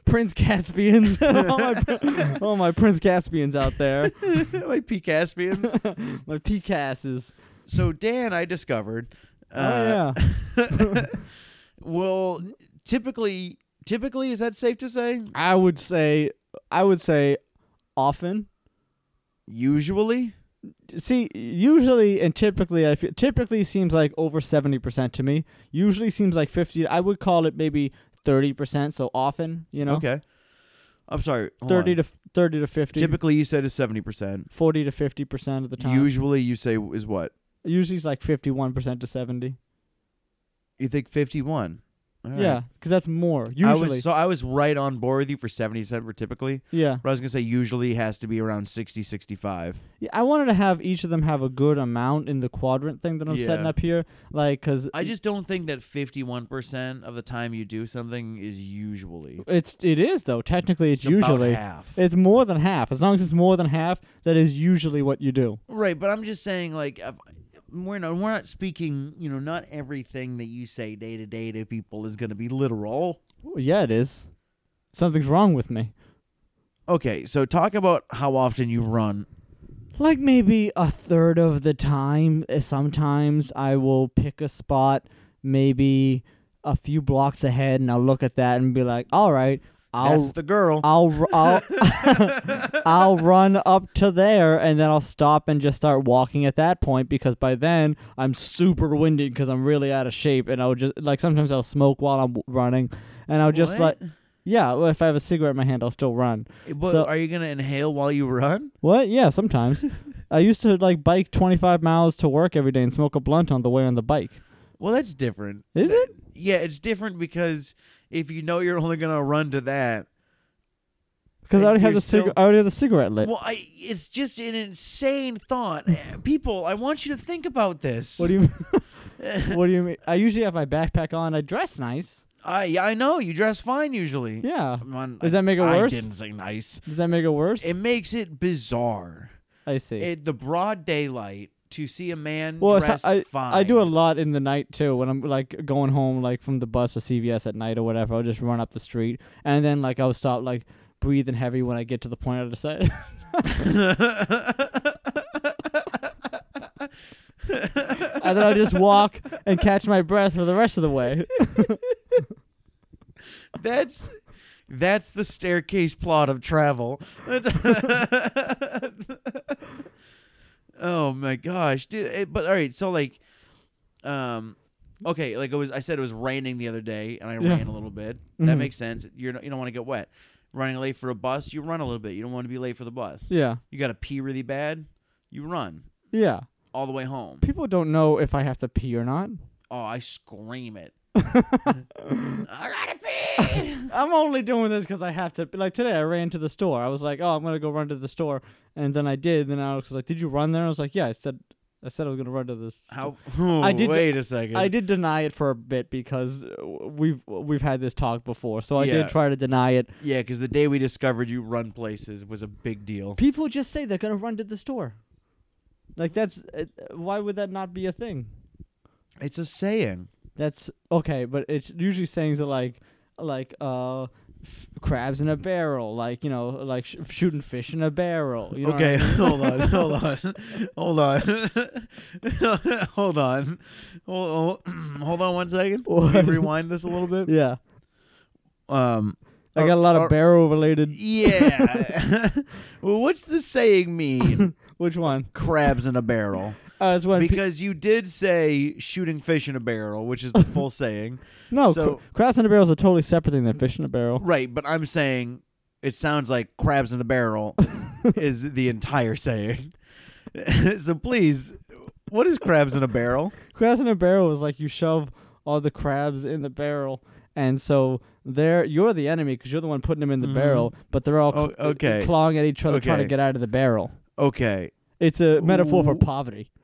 J: Prince Caspians, all, my, pr- all my Prince Caspians out there,
I: like P Caspians.
J: my PCasses.
I: so Dan, I discovered.
J: Oh
I: uh,
J: yeah,
I: Well, typically, typically is that safe to say?
J: I would say I would say often.
I: Usually,
J: See, usually and typically, I feel, typically seems like over seventy percent to me. Usually seems like fifty. I would call it maybe thirty percent. So often, you know,
I: okay. I'm sorry. hold on.
J: thirty to thirty to fifty.
I: typically you said is seventy percent.
J: 40 to 50% of the time.
I: Usually you say is what
J: Usually it's like 51% to 70.
I: you think fifty one.
J: Yeah, cuz that's more usually.
I: I was so I was right on board with you for seventy percent for typically.
J: yeah.
I: But I was gonna say usually has to be around 60, 65.
J: Yeah, I wanted to have each of them have a good amount in the quadrant thing that I'm setting
I: Yeah.
J: up here like cuz
I: I just don't think that fifty one percent of the time you do something is usually
J: it's it is though. Technically it's,
I: It's about
J: usually
I: half.
J: It's more than half. As long as it's more than half, that is usually what you do.
I: right. But I'm just saying like. if- We're not, we're not speaking, you know, not everything that you say day to day to people is going to be literal.
J: Well, yeah, it is. Something's wrong with me.
I: Okay, so talk about how often you run.
J: like maybe a third of the time uh, sometimes i will pick a spot maybe a few blocks ahead and i'll look at that and be like all right
I: That's
J: i'll
I: the girl.
J: I'll ru- I'll, I'll run up to there and then I'll stop and just start walking at that point because by then I'm super winded because I'm really out of shape and I'll just like sometimes I'll smoke while I'm w- running and I'll just
I: What?
J: like yeah well, if I have a cigarette in my hand I'll still run.
I: but
J: so-
I: are you going to inhale while you run?
J: What? Yeah, sometimes. I used to like bike 25 miles to work every day and smoke a blunt on the way on the bike.
I: Well, that's different.
J: Is it?
I: Yeah, it's different because if you know you're only going to run to that.
J: Because I
I: Like,
J: already have
I: you're
J: the
I: still-
J: cigarette. I already have the cigarette lit.
I: Well, I, it's just an insane thought. Uh, People, I want you to think about this.
J: What do you? what do you mean? I usually have my backpack on. I dress nice.
I: I, yeah, I know. You dress fine usually.
J: Yeah.
I: I'm on-
J: Does that make it
I: I
J: worse?
I: didn't say nice.
J: Does that make it worse?
I: It makes it bizarre.
J: I see.
I: It, the broad daylight to see a man
J: well, it's-
I: dressed
J: I
I: fine.
J: I do a lot in the night too. When I'm like going home, like from the bus or CVS at night or whatever, I'll just run up the street and then like I'll stop like breathing heavy when I get to the point I decide. and then I'll just walk and catch my breath for the rest of the way.
I: That's that's the staircase plot of travel. oh my gosh, dude! eh, but all right, so like, um, okay, like it was. I said it was raining the other day, and I
J: Yeah. Mm-hmm.
I: ran a little bit. That makes sense. You're not, you don't want to get wet. Running late for a bus, you run a little bit. You don't want to be late for the bus.
J: yeah.
I: You got to pee really bad, you run
J: Yeah.
I: all the way home.
J: People don't know if I have to pee or not.
I: Oh, I scream it.
J: I'm only doing this because I have to. Like today, I ran to the store. I was like, "Oh, I'm gonna go run to the store," and then I did. Then I was like, "Did you run there?" I was like, "Yeah." I said, "I said I was gonna run to this."
I: How? I
J: did-
I: Wait a second.
J: I did deny it for a bit because uh, we've we've had this talk before, so I
I: Yeah.
J: did try to deny it.
I: Yeah, because the day we discovered you run places was a big deal.
J: People just say they're gonna run to the store. Like that's uh, why would that not be a thing?
I: It's a saying.
J: That's okay, but it's usually sayings are like like uh f- crabs in a barrel, like you know, like sh- shooting fish in a barrel. You know what I
I: okay,
J: mean?
I: hold on, hold on, hold on, hold on, hold, hold on one second. Let me
J: What?
I: rewind this a little bit.
J: Yeah,
I: Um,
J: I got a lot
I: Or-
J: of barrel related.
I: yeah. well, what's the saying mean?
J: Which one?
I: Crabs in a barrel.
J: Uh, it's when pe-
I: Because you did say shooting fish in a barrel, which is the full saying,
J: no,
I: so-
J: cra- crabs in a barrel is a totally separate thing than fish in a barrel.
I: right? But I'm saying it sounds like crabs in the barrel is the entire saying. so please, what is crabs in a barrel?
J: Crabs in a barrel is like you shove all the crabs in the barrel, and so they're you're the enemy because you're the one putting them in the barrel, but they're all
I: Mm-hmm. Oh,
J: cl-
I: okay.
J: clawing at each other trying to
I: Okay.
J: get out of the barrel.
I: Okay.
J: It's a metaphor for
I: Ooh.
J: poverty.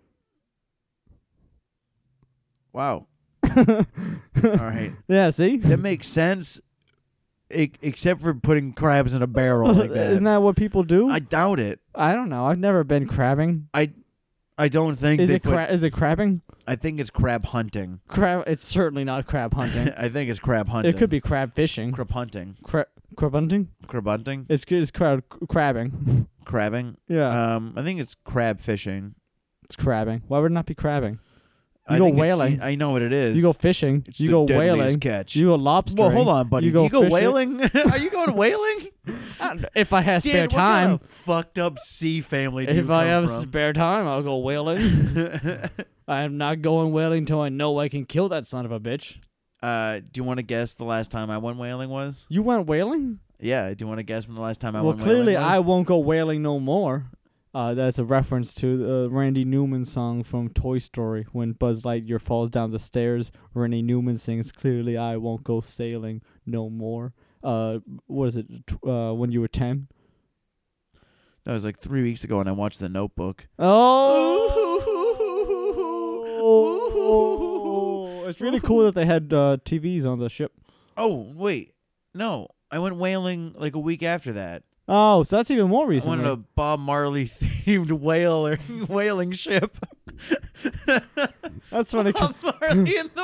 I: Wow. All right.
J: Yeah, see,
I: That makes sense, e- except for putting crabs in a barrel like that.
J: isn't that what people do?
I: I doubt it.
J: I don't know. I've never been crabbing.
I: I, I don't think
J: Is
I: they
J: it
I: put-
J: cra- is it crabbing?
I: I think it's crab hunting.
J: Crab. It's certainly not crab hunting.
I: I think it's crab hunting.
J: it could be crab fishing.
I: crab hunting.
J: Crab crab hunting.
I: Crab hunting.
J: It's it's crab crabbing.
I: Crabbing.
J: Yeah,
I: Um, I think it's crab fishing.
J: it's crabbing. Why would it not be crabbing?
I: I
J: You go
I: think it's-
J: whaling.
I: I know what it is.
J: You go fishing.
I: It's
J: you
I: the
J: go
I: deadliest
J: whaling.
I: catch.
J: You go lobster.
I: Well, hold on, buddy.
J: You go, fishing.
I: whaling? Are you going whaling?
J: If I have
I: Dude,
J: spare
I: what
J: time.
I: kind of fucked up sea family. Do you
J: if I
I: come
J: have
I: from?
J: spare time, I'll go whaling. I am not going whaling until I know I can kill that son of a bitch.
I: Uh, do you want to guess the last time I went whaling was?
J: You went whaling?
I: Yeah. Do you want to guess when the last time I
J: well,
I: went
J: clearly I
I: whaling was?
J: won't go whaling no more. Uh, that's a reference to the uh, Randy Newman song from Toy Story when Buzz Lightyear falls down the stairs. Randy Newman sings, "Clearly I won't go sailing no more." Uh, what is it? Tw- uh, when you were ten?
I: That was like three weeks ago, and I watched The Notebook.
J: Oh, it's really cool that they had uh, TVs on the ship.
I: Oh wait, no, I went whaling like a week after that.
J: Oh, so that's even more
I: I went
J: recently.
I: on a Bob Marley themed whaler whaling ship.
J: That's funny.
I: Bob Marley and the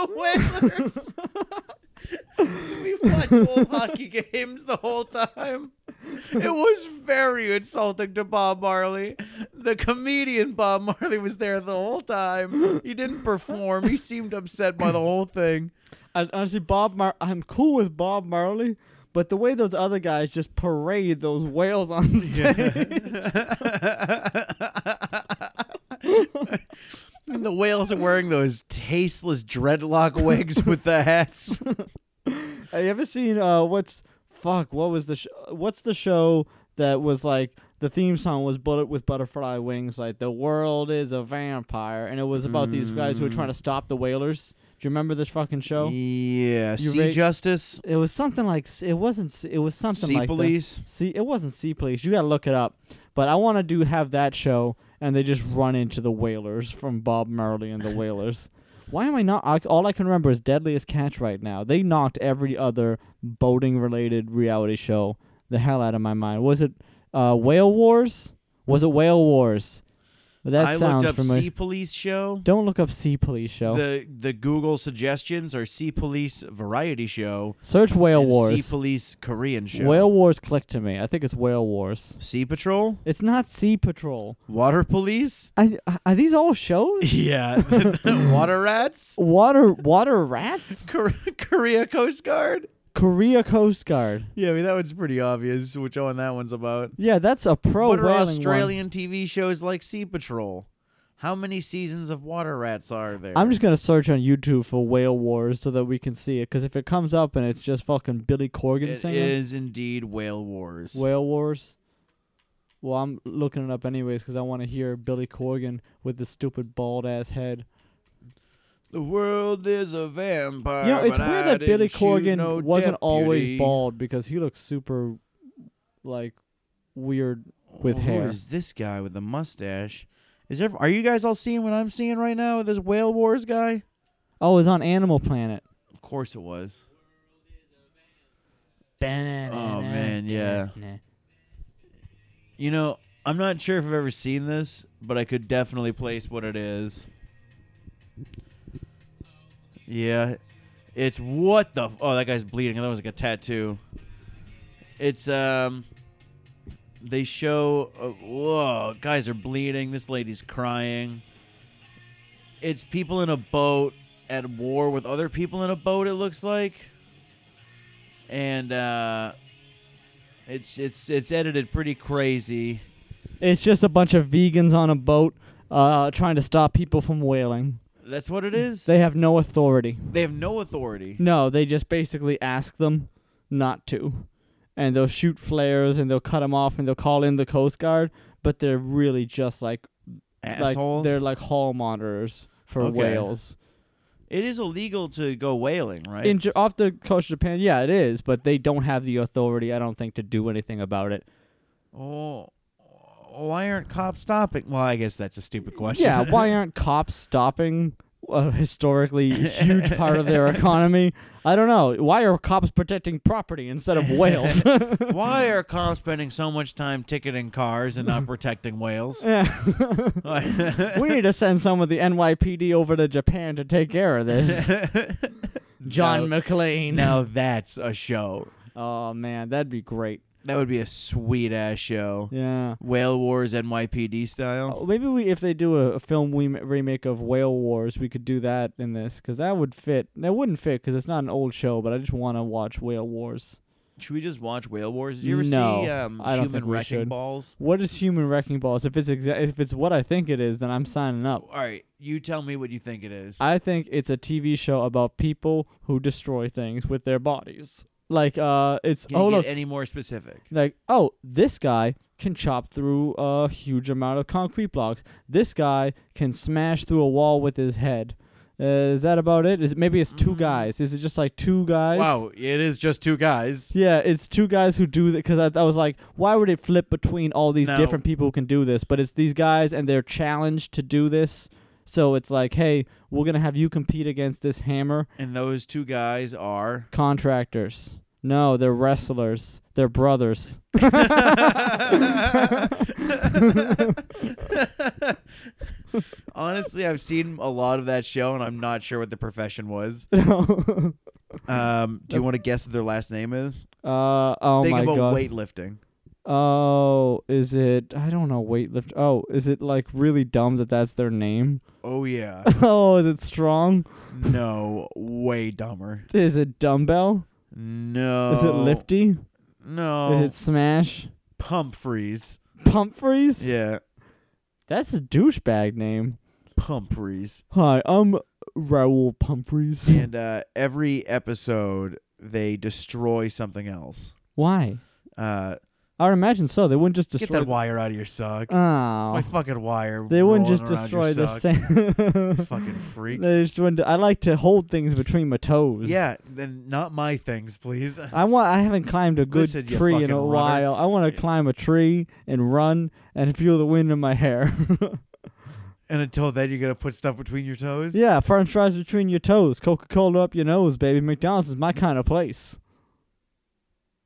I: Whalers. we watched old hockey games the whole time. It was very insulting to Bob Marley. The comedian Bob Marley was there the whole time. He didn't perform. He seemed upset by the whole thing.
J: I, honestly, Bob, Mar- I'm cool with Bob Marley, but the way those other guys just parade those whales on stage.
I: And the whales are wearing those tasteless dreadlock wigs with the hats.
J: Have you ever seen uh, what's fuck? What was the sh- what's the show that was like the theme song was bullet with butterfly wings, like the world is a vampire, and it was about these guys who were trying to stop the whalers. Do you remember this fucking show?
I: Yeah,
J: You
I: sea
J: rate-
I: justice,
J: It was something like it wasn't. s- It was something
I: sea
J: like that.
I: police.
J: See, it wasn't Sea Police. You gotta look it up. But I want to do have that show, and they just run into the Whalers from Bob Marley and the Whalers. Why am I not? I, all I can remember is Deadliest Catch right now. They knocked every other boating-related reality show the hell out of my mind. Was it uh, Whale Wars? Was it Whale Wars? That
I: I
J: sounds
I: looked up
J: familiar.
I: sea police show.
J: Don't look up Sea Police show.
I: The the Google suggestions are sea police variety show,
J: Search Whale
I: and sea
J: Wars.
I: police Korean show.
J: Whale Wars clicked to me. I think it's Whale Wars.
I: sea patrol,
J: It's not Sea Patrol.
I: water police.
J: I, are these all shows?
I: Yeah, water rats.
J: Water water rats?
I: Kor- Korea Coast Guard.
J: Korea Coast Guard.
I: Yeah, I mean that one's pretty obvious. Which one that one's about?
J: Yeah, that's a pro
I: what are
J: whaling
I: Australian TV shows like Sea Patrol? How many seasons of Water Rats are there?
J: One. I'm just gonna search on YouTube for whale wars so that we can see it. Cause if it comes up and it's just fucking Billy Corgan
I: It
J: singing
I: is indeed Whale Wars.
J: whale wars. Well, I'm looking it up anyways because I want to hear Billy Corgan with this stupid bald ass head.
I: The world is a vampire.
J: You know, it's
I: but I
J: weird that
I: didn't
J: Billy
I: shoot
J: Corgan
I: no
J: wasn't always
I: deputy.
J: bald because he looks super, like, weird with
I: Who
J: hair.
I: is this guy with the mustache? Is there, are you guys all seeing what I'm seeing right now with this Whale Wars guy?
J: Oh, it's on Animal Planet.
I: Of course it was. Oh man, yeah. You know, I'm not sure if I've ever seen this, but I could definitely place what it is. Yeah, it's what the f- oh that guy's bleeding. That was like a tattoo. It's um, they show uh, whoa guys are bleeding. This lady's crying. It's people in a boat at war with other people in a boat. It looks like, and uh, it's it's it's edited pretty crazy.
J: It's just a bunch of vegans on a boat uh, trying to stop people from whaling.
I: That's what it is.
J: They have no authority.
I: They have no authority.
J: No, they just basically ask them not to. And they'll shoot flares and they'll cut them off and they'll call in the Coast Guard, but they're really just like like
I: Assholes.
J: they're like hall monitors for
I: Okay.
J: whales.
I: It is illegal to go whaling, right?
J: in Ja- off the coast of Japan, yeah, it is, but they don't have the authority, I don't think, to do anything about it.
I: oh, why aren't cops stopping? Well, I guess that's a stupid question.
J: Yeah, why aren't cops stopping a historically huge part of their economy? I don't know. Why are cops protecting property instead of whales?
I: Why are cops spending so much time ticketing cars and not protecting whales? Like-
J: we need to send some of the NYPD over to Japan to take care of this. John
I: Now-
J: McClane.
I: now that's a show.
J: Oh man, that'd be great.
I: That would be a sweet ass show.
J: Yeah.
I: Whale Wars NYPD style.
J: Oh, Maybe we, if they do a, a film we remake of Whale Wars, we could do that in this because that would fit. That wouldn't fit because it's not an old show, but I just want to watch Whale Wars.
I: Should we just watch Whale Wars? Did you ever
J: No,
I: see um,
J: I don't
I: Human
J: think we
I: Wrecking
J: should.
I: Balls?
J: What is Human Wrecking Balls? If it's exa- if it's what I think it is, then I'm signing up.
I: All right, you tell me what you think it is.
J: I think it's a TV show about people who destroy things with their bodies. Like uh, it's
I: Can
J: oh
I: you get
J: look,
I: any more specific?
J: like oh this guy can chop through a huge amount of concrete blocks this guy can smash through a wall with his head uh, is that about it is it, maybe it's two guys is it just like two guys
I: Mm-hmm. Wow, it is just two guys.
J: yeah it's two guys who do that because I, I was like why would it flip between all these
I: No.
J: different people who can do this but it's these guys and they're challenged to do this so it's like hey we're gonna have you compete against this hammer
I: And those two guys are.
J: contractors no they're wrestlers they're brothers
I: Honestly, I've seen a lot of that show, and I'm not sure what the profession was. Um, do you want to guess what their last name is?
J: Uh oh
I: Think
J: my
I: about
J: god.
I: weightlifting.
J: Oh, is it? I don't know. Weightlift. Oh, is it like really dumb that that's their name?
I: Oh yeah,
J: oh, is it strong?
I: no, way dumber.
J: Is it dumbbell?
I: No,
J: Is it lifty?
I: No,
J: Is it smash?
I: pump freeze?
J: Pump freeze?
I: Yeah,
J: That's a douchebag name.
I: pump freeze.
J: Hi, I'm Raoul Pumphreys.
I: and uh, every episode they destroy something else.
J: Why?
I: Uh,
J: I would imagine so. They wouldn't just
I: get
J: destroy.
I: that wire out of your sock.
J: oh,
I: My fucking wire.
J: they wouldn't
I: rolling
J: just
I: around your
J: destroy the
I: sock.
J: same.
I: Fucking freak.
J: they just wouldn't. I like to hold things between my toes.
I: yeah, then not my things, please.
J: I want. I haven't climbed a good
I: Listen, you
J: tree in
I: fucking
J: a
I: runner.
J: while. I want to climb a tree and run and feel the wind in my hair.
I: and until then, you're gonna put stuff between your toes.
J: yeah, French fries between your toes, Coca Cola up your nose, baby. McDonald's is my kind of place.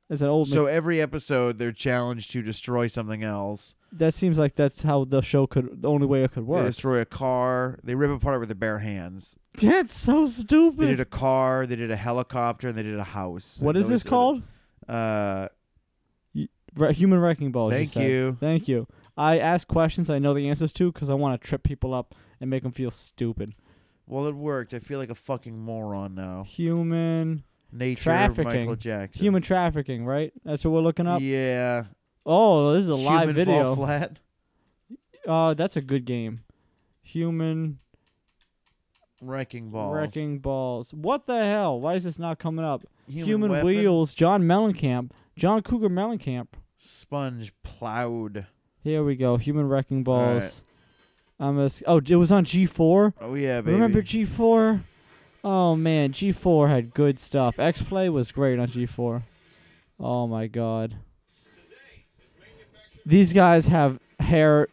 J: It's an old.
I: So
J: Mc-
I: every episode, they're challenged to destroy something else.
J: that seems like that's how the show could. The only way it could
I: They
J: work.
I: destroy a car. They rip apart with their bare hands.
J: That's
I: They
J: so
I: did
J: stupid.
I: a car. They did a helicopter, and they did a house.
J: What is
I: Those
J: this
I: are the-
J: called?
I: Uh,
J: Re- human wrecking balls.
I: Thank
J: said.
I: you.
J: Thank you. I ask questions I know the answers to because I want to trip people up and make them feel stupid.
I: well, it worked. I feel like a fucking moron now.
J: Human
I: Nature
J: Trafficking.
I: of Michael Jackson.
J: human trafficking, right? That's what we're looking up.
I: Yeah.
J: Oh, this is a live
I: Human Fall
J: video.
I: flat.
J: Uh, that's a good game. Human
I: Wrecking balls.
J: wrecking balls. What the hell? Why is this not coming up?
I: Human weapon.
J: wheels. John Mellencamp. John Cougar Mellencamp.
I: Sponge plowed.
J: Here we go. Human wrecking
I: right.
J: balls. I'm a, oh, it was on G4.
I: Oh yeah, baby.
J: Remember G4? Oh man, G4 had good stuff. X Play was great on G4. Oh my god. These guys have hair.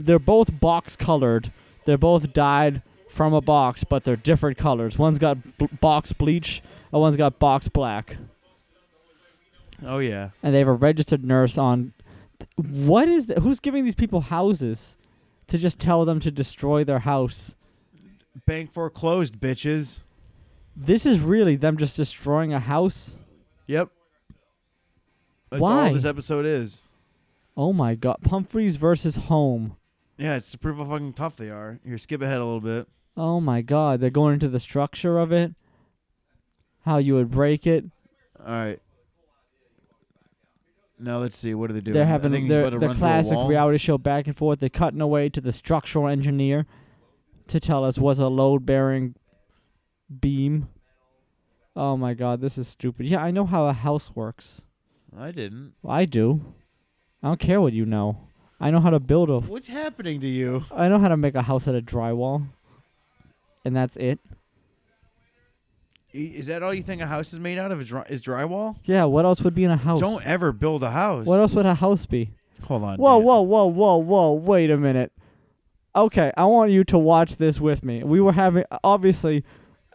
J: They're both box colored. They're both dyed from a box, but they're different colors. One's got b- box bleach, and one's got box black.
I: oh yeah.
J: And they have a registered nurse on. What is that? Who's giving these people houses to just tell them to destroy their house?
I: Bank foreclosed, bitches.
J: This is really them just destroying a house.
I: Yep. That's
J: Why?
I: all this episode is.
J: Oh my god. Humphreys versus Home.
I: Yeah, it's to prove how fucking tough they are. Here, skip ahead a little bit.
J: Oh my god. They're going into the structure of it. How you would break it.
I: All right. Now let's see. What are they doing?
J: They're
I: I
J: having
I: think he's
J: their,
I: about to
J: their
I: run through a
J: classic
I: wall.
J: reality show back and forth. They're cutting away to the structural engineer to tell us was a load bearing beam. Oh my god, this is stupid. Yeah, I know how a house works.
I: I didn't.
J: I do. I don't care what you know. I know how to build a
I: What's happening to you?
J: I know how to make a house out of drywall, and that's it.
I: I- Is that all you think a house is made out of? Is, dry- is drywall?
J: Yeah, what else would be in a house?
I: Don't ever build a house.
J: Oh, What else would a house be?
I: Hold on.
J: Whoa,
I: Dan.
J: whoa, whoa, whoa, whoa! Wait a minute. Okay, I want you to watch this with me. We were having obviously,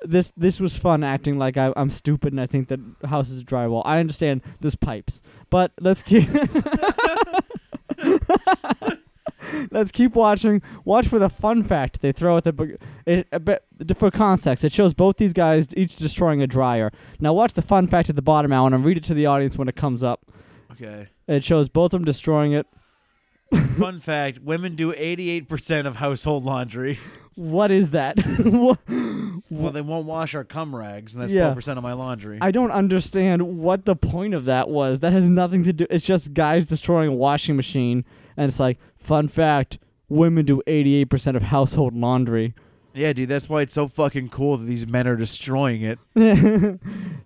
J: this this was fun acting like I, I'm stupid and I think that house is drywall. I understand this pipes, but let's keep let's keep watching. Watch for the fun fact they throw at the. beg- It, a bit, for context, it shows both these guys each destroying a dryer. Now watch the fun fact at the bottom, Alan, and read it to the audience when it comes up.
I: Okay.
J: It shows both of them destroying it.
I: Fun fact: Women do 88% of household laundry.
J: What is that? What-
I: Well, they won't wash our cum rags, and that's
J: Yeah.
I: 12% of my laundry.
J: I don't understand what the point of that was. That has nothing to do. It's just guys destroying a washing machine, and it's like fun fact: women do eighty-eight percent of household laundry.
I: yeah, dude, that's why it's so fucking cool that these men are destroying it.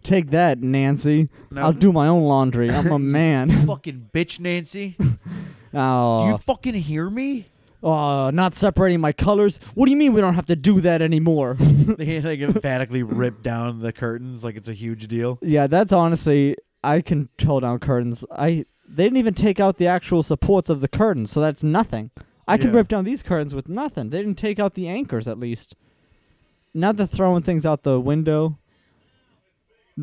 J: Take that, Nancy.
I: No.
J: I'll do my own laundry. I'm a man.
I: fucking bitch, Nancy. Do
J: oh,
I: you fucking hear me?
J: oh, not separating my colors. What do you mean we don't have to do that anymore?
I: They like emphatically rip down the curtains like it's a huge deal.
J: Yeah, that's honestly I can pull down curtains. I they didn't even take out the actual supports of the curtains, so that's nothing. I can
I: Yeah.
J: rip down these curtains with nothing. They didn't take out the anchors at least. Now they're throwing things out the window.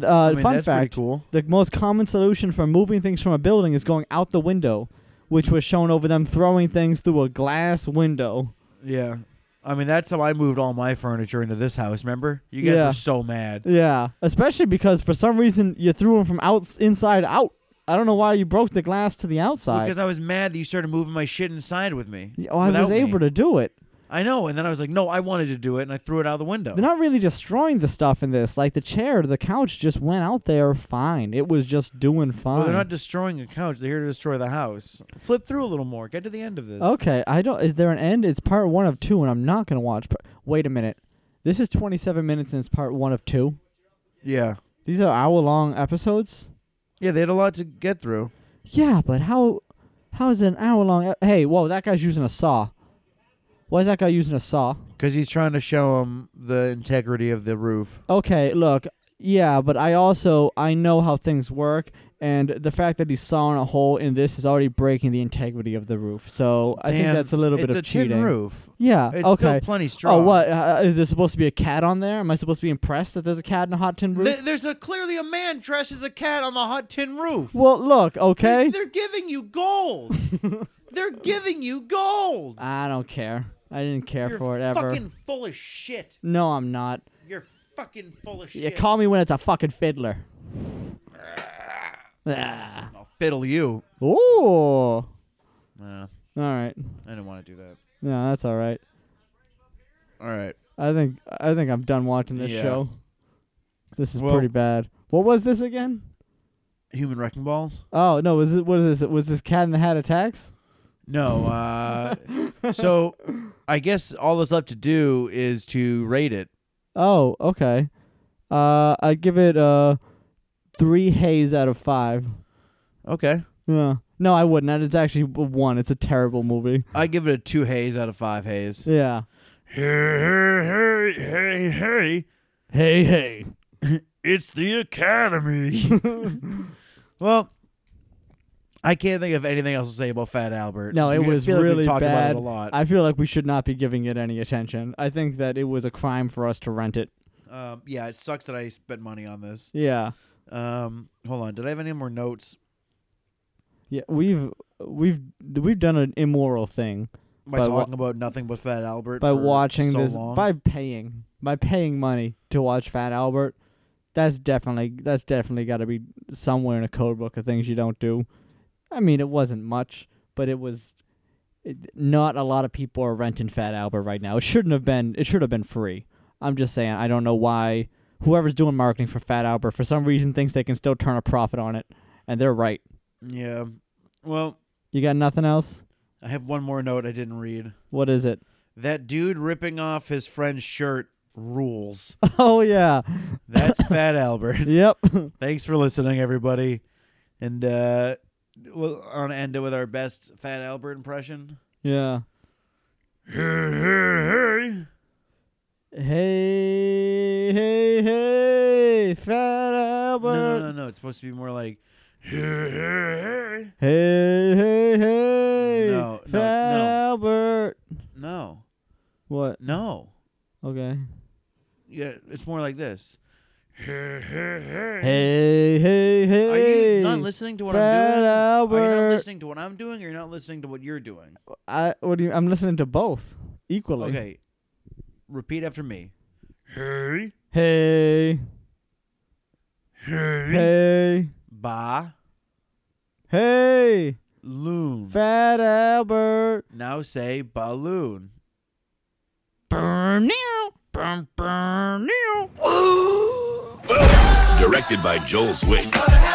J: Uh,
I: I mean,
J: fun
I: that's pretty
J: fact:
I: cool.
J: the most common solution for moving things from a building is going out the window, which was shown over them throwing things through a glass window.
I: Yeah. I mean, that's how I moved all my furniture into this house, remember? You guys
J: Yeah.
I: were so mad.
J: Yeah, especially because for some reason you threw them from out inside out. I don't know why you broke the glass to the outside.
I: Because I was mad that you started moving my shit inside with me.
J: Yeah, well, oh, I was able to do it.
I: I know, and then I was like, no, I wanted to do it, and I threw it out the window.
J: They're not really destroying the stuff in this. Like the chair, the couch just went out there fine. It was just doing fine.
I: Well, they're not destroying a couch. They're here to destroy the house. Flip through a little more. Get to the end of this.
J: okay, I don't. Is there an end? It's part one of two, and I'm not gonna watch. Part, wait a minute. This is 27 minutes, and it's part one of two.
I: Yeah.
J: These are hour long episodes.
I: Yeah, they had a lot to get through.
J: Yeah, but how? How is it an hour long? E- hey, whoa! That guy's using a saw. Why is that guy using a saw?
I: Because he's trying to show him the integrity of the roof.
J: Okay, look, yeah, but I also I know how things work, and the fact that he's sawing a hole in this is already breaking the integrity of the roof. So I think
I: Dan,
J: that's a little bit
I: it's
J: of
I: a
J: cheating.
I: tin roof.
J: Yeah.
I: It's
J: okay.
I: still plenty strong.
J: Oh, what uh, is there supposed to be a cat on there? Am I supposed to be impressed that there's a cat in a hot tin roof?
I: Th- There's a, clearly a man dressed as a cat on the hot tin roof.
J: well, look, okay.
I: They're giving you gold. They're giving you gold.
J: I don't care. I didn't care
I: You're
J: for it ever.
I: fucking full of shit.
J: no, I'm not.
I: You're fucking full of shit.
J: You call me when it's a fucking fiddler. ah.
I: I'll fiddle you.
J: Ooh. All
I: Nah, I
J: right.
I: didn't want to do that.
J: No, that's all right.
I: All right.
J: I think I think I'm done watching this
I: Yeah.
J: show. This is
I: Well-
J: pretty bad. What was this again?
I: Human wrecking balls?
J: Oh no, was it what is this? Was this Cat in the Hat attacks?
I: No. Uh, so I guess all that's left to do is to rate it.
J: Oh, okay. Uh, I give it uh three haze out of five.
I: Okay.
J: Yeah. No, I wouldn't. That- It's actually a one. It's a terrible movie.
I: I give it a two haze out of five haze.
J: Yeah.
F: Hey, hey, hey.
J: Hey, hey.
F: It's the Academy.
I: Well, I can't think of anything else to say about Fat Albert.
J: No, it
I: We- I
J: was
I: feel like we've
J: really
I: talked
J: bad.
I: about it a lot.
J: I feel like we should not be giving it any attention. I think that it was a crime for us to rent it.
I: um, yeah, it sucks that I spent money on this.
J: Yeah.
I: Um, hold on. Did I have any more notes?
J: Yeah. We've we've we've done an immoral thing.
I: By,
J: By wa-
I: talking about nothing but Fat Albert
J: by
I: for
J: watching
I: so
J: this
I: long?
J: by paying by paying money to watch Fat Albert. That's definitely that's definitely got to be somewhere in a code book of things you don't do. I mean, it wasn't much, but it was it, not a lot of people are renting Fat Albert right now. It shouldn't have been. It should have been free. I'm just saying. I don't know why whoever's doing marketing for Fat Albert for some reason thinks they can still turn a profit on it, and they're right.
I: yeah. Well,
J: You got nothing else?
I: I have one more note I didn't read.
J: What is it?
I: That dude ripping off his friend's shirt rules.
J: Oh yeah.
I: That's Fat Albert.
J: Yep.
I: Thanks for listening, everybody. And uh, we'll want to end it with our best Fat Albert impression.
J: yeah.
I: hey.
J: Hey, hey, hey. Hey, Fat Albert.
I: No, no, no, no. It's supposed to be more like. "Hey, hey, hey."
J: Hey, hey, hey.
I: No, no,
J: Fat
I: no.
J: Albert.
I: No,
J: What?
I: no.
J: Okay.
I: Yeah, it's more like this. "Hey, hey, hey."
J: Hey, hey, hey.
I: Are you not listening to what I'm
J: Fat
I: doing? Are you
J: Albert.
I: not listening to what I'm doing, or you're not listening to what you're doing?
J: I what do you, I'm listening to both equally.
I: Okay. Repeat after me.
F: Hey,
J: Hey,
F: hey,
J: hey,
I: Ba
J: hey,
I: loon.
J: Fat Albert.
I: Now say balloon.
J: Burn now, burn, burn now.
A: Directed by Joel Zwick.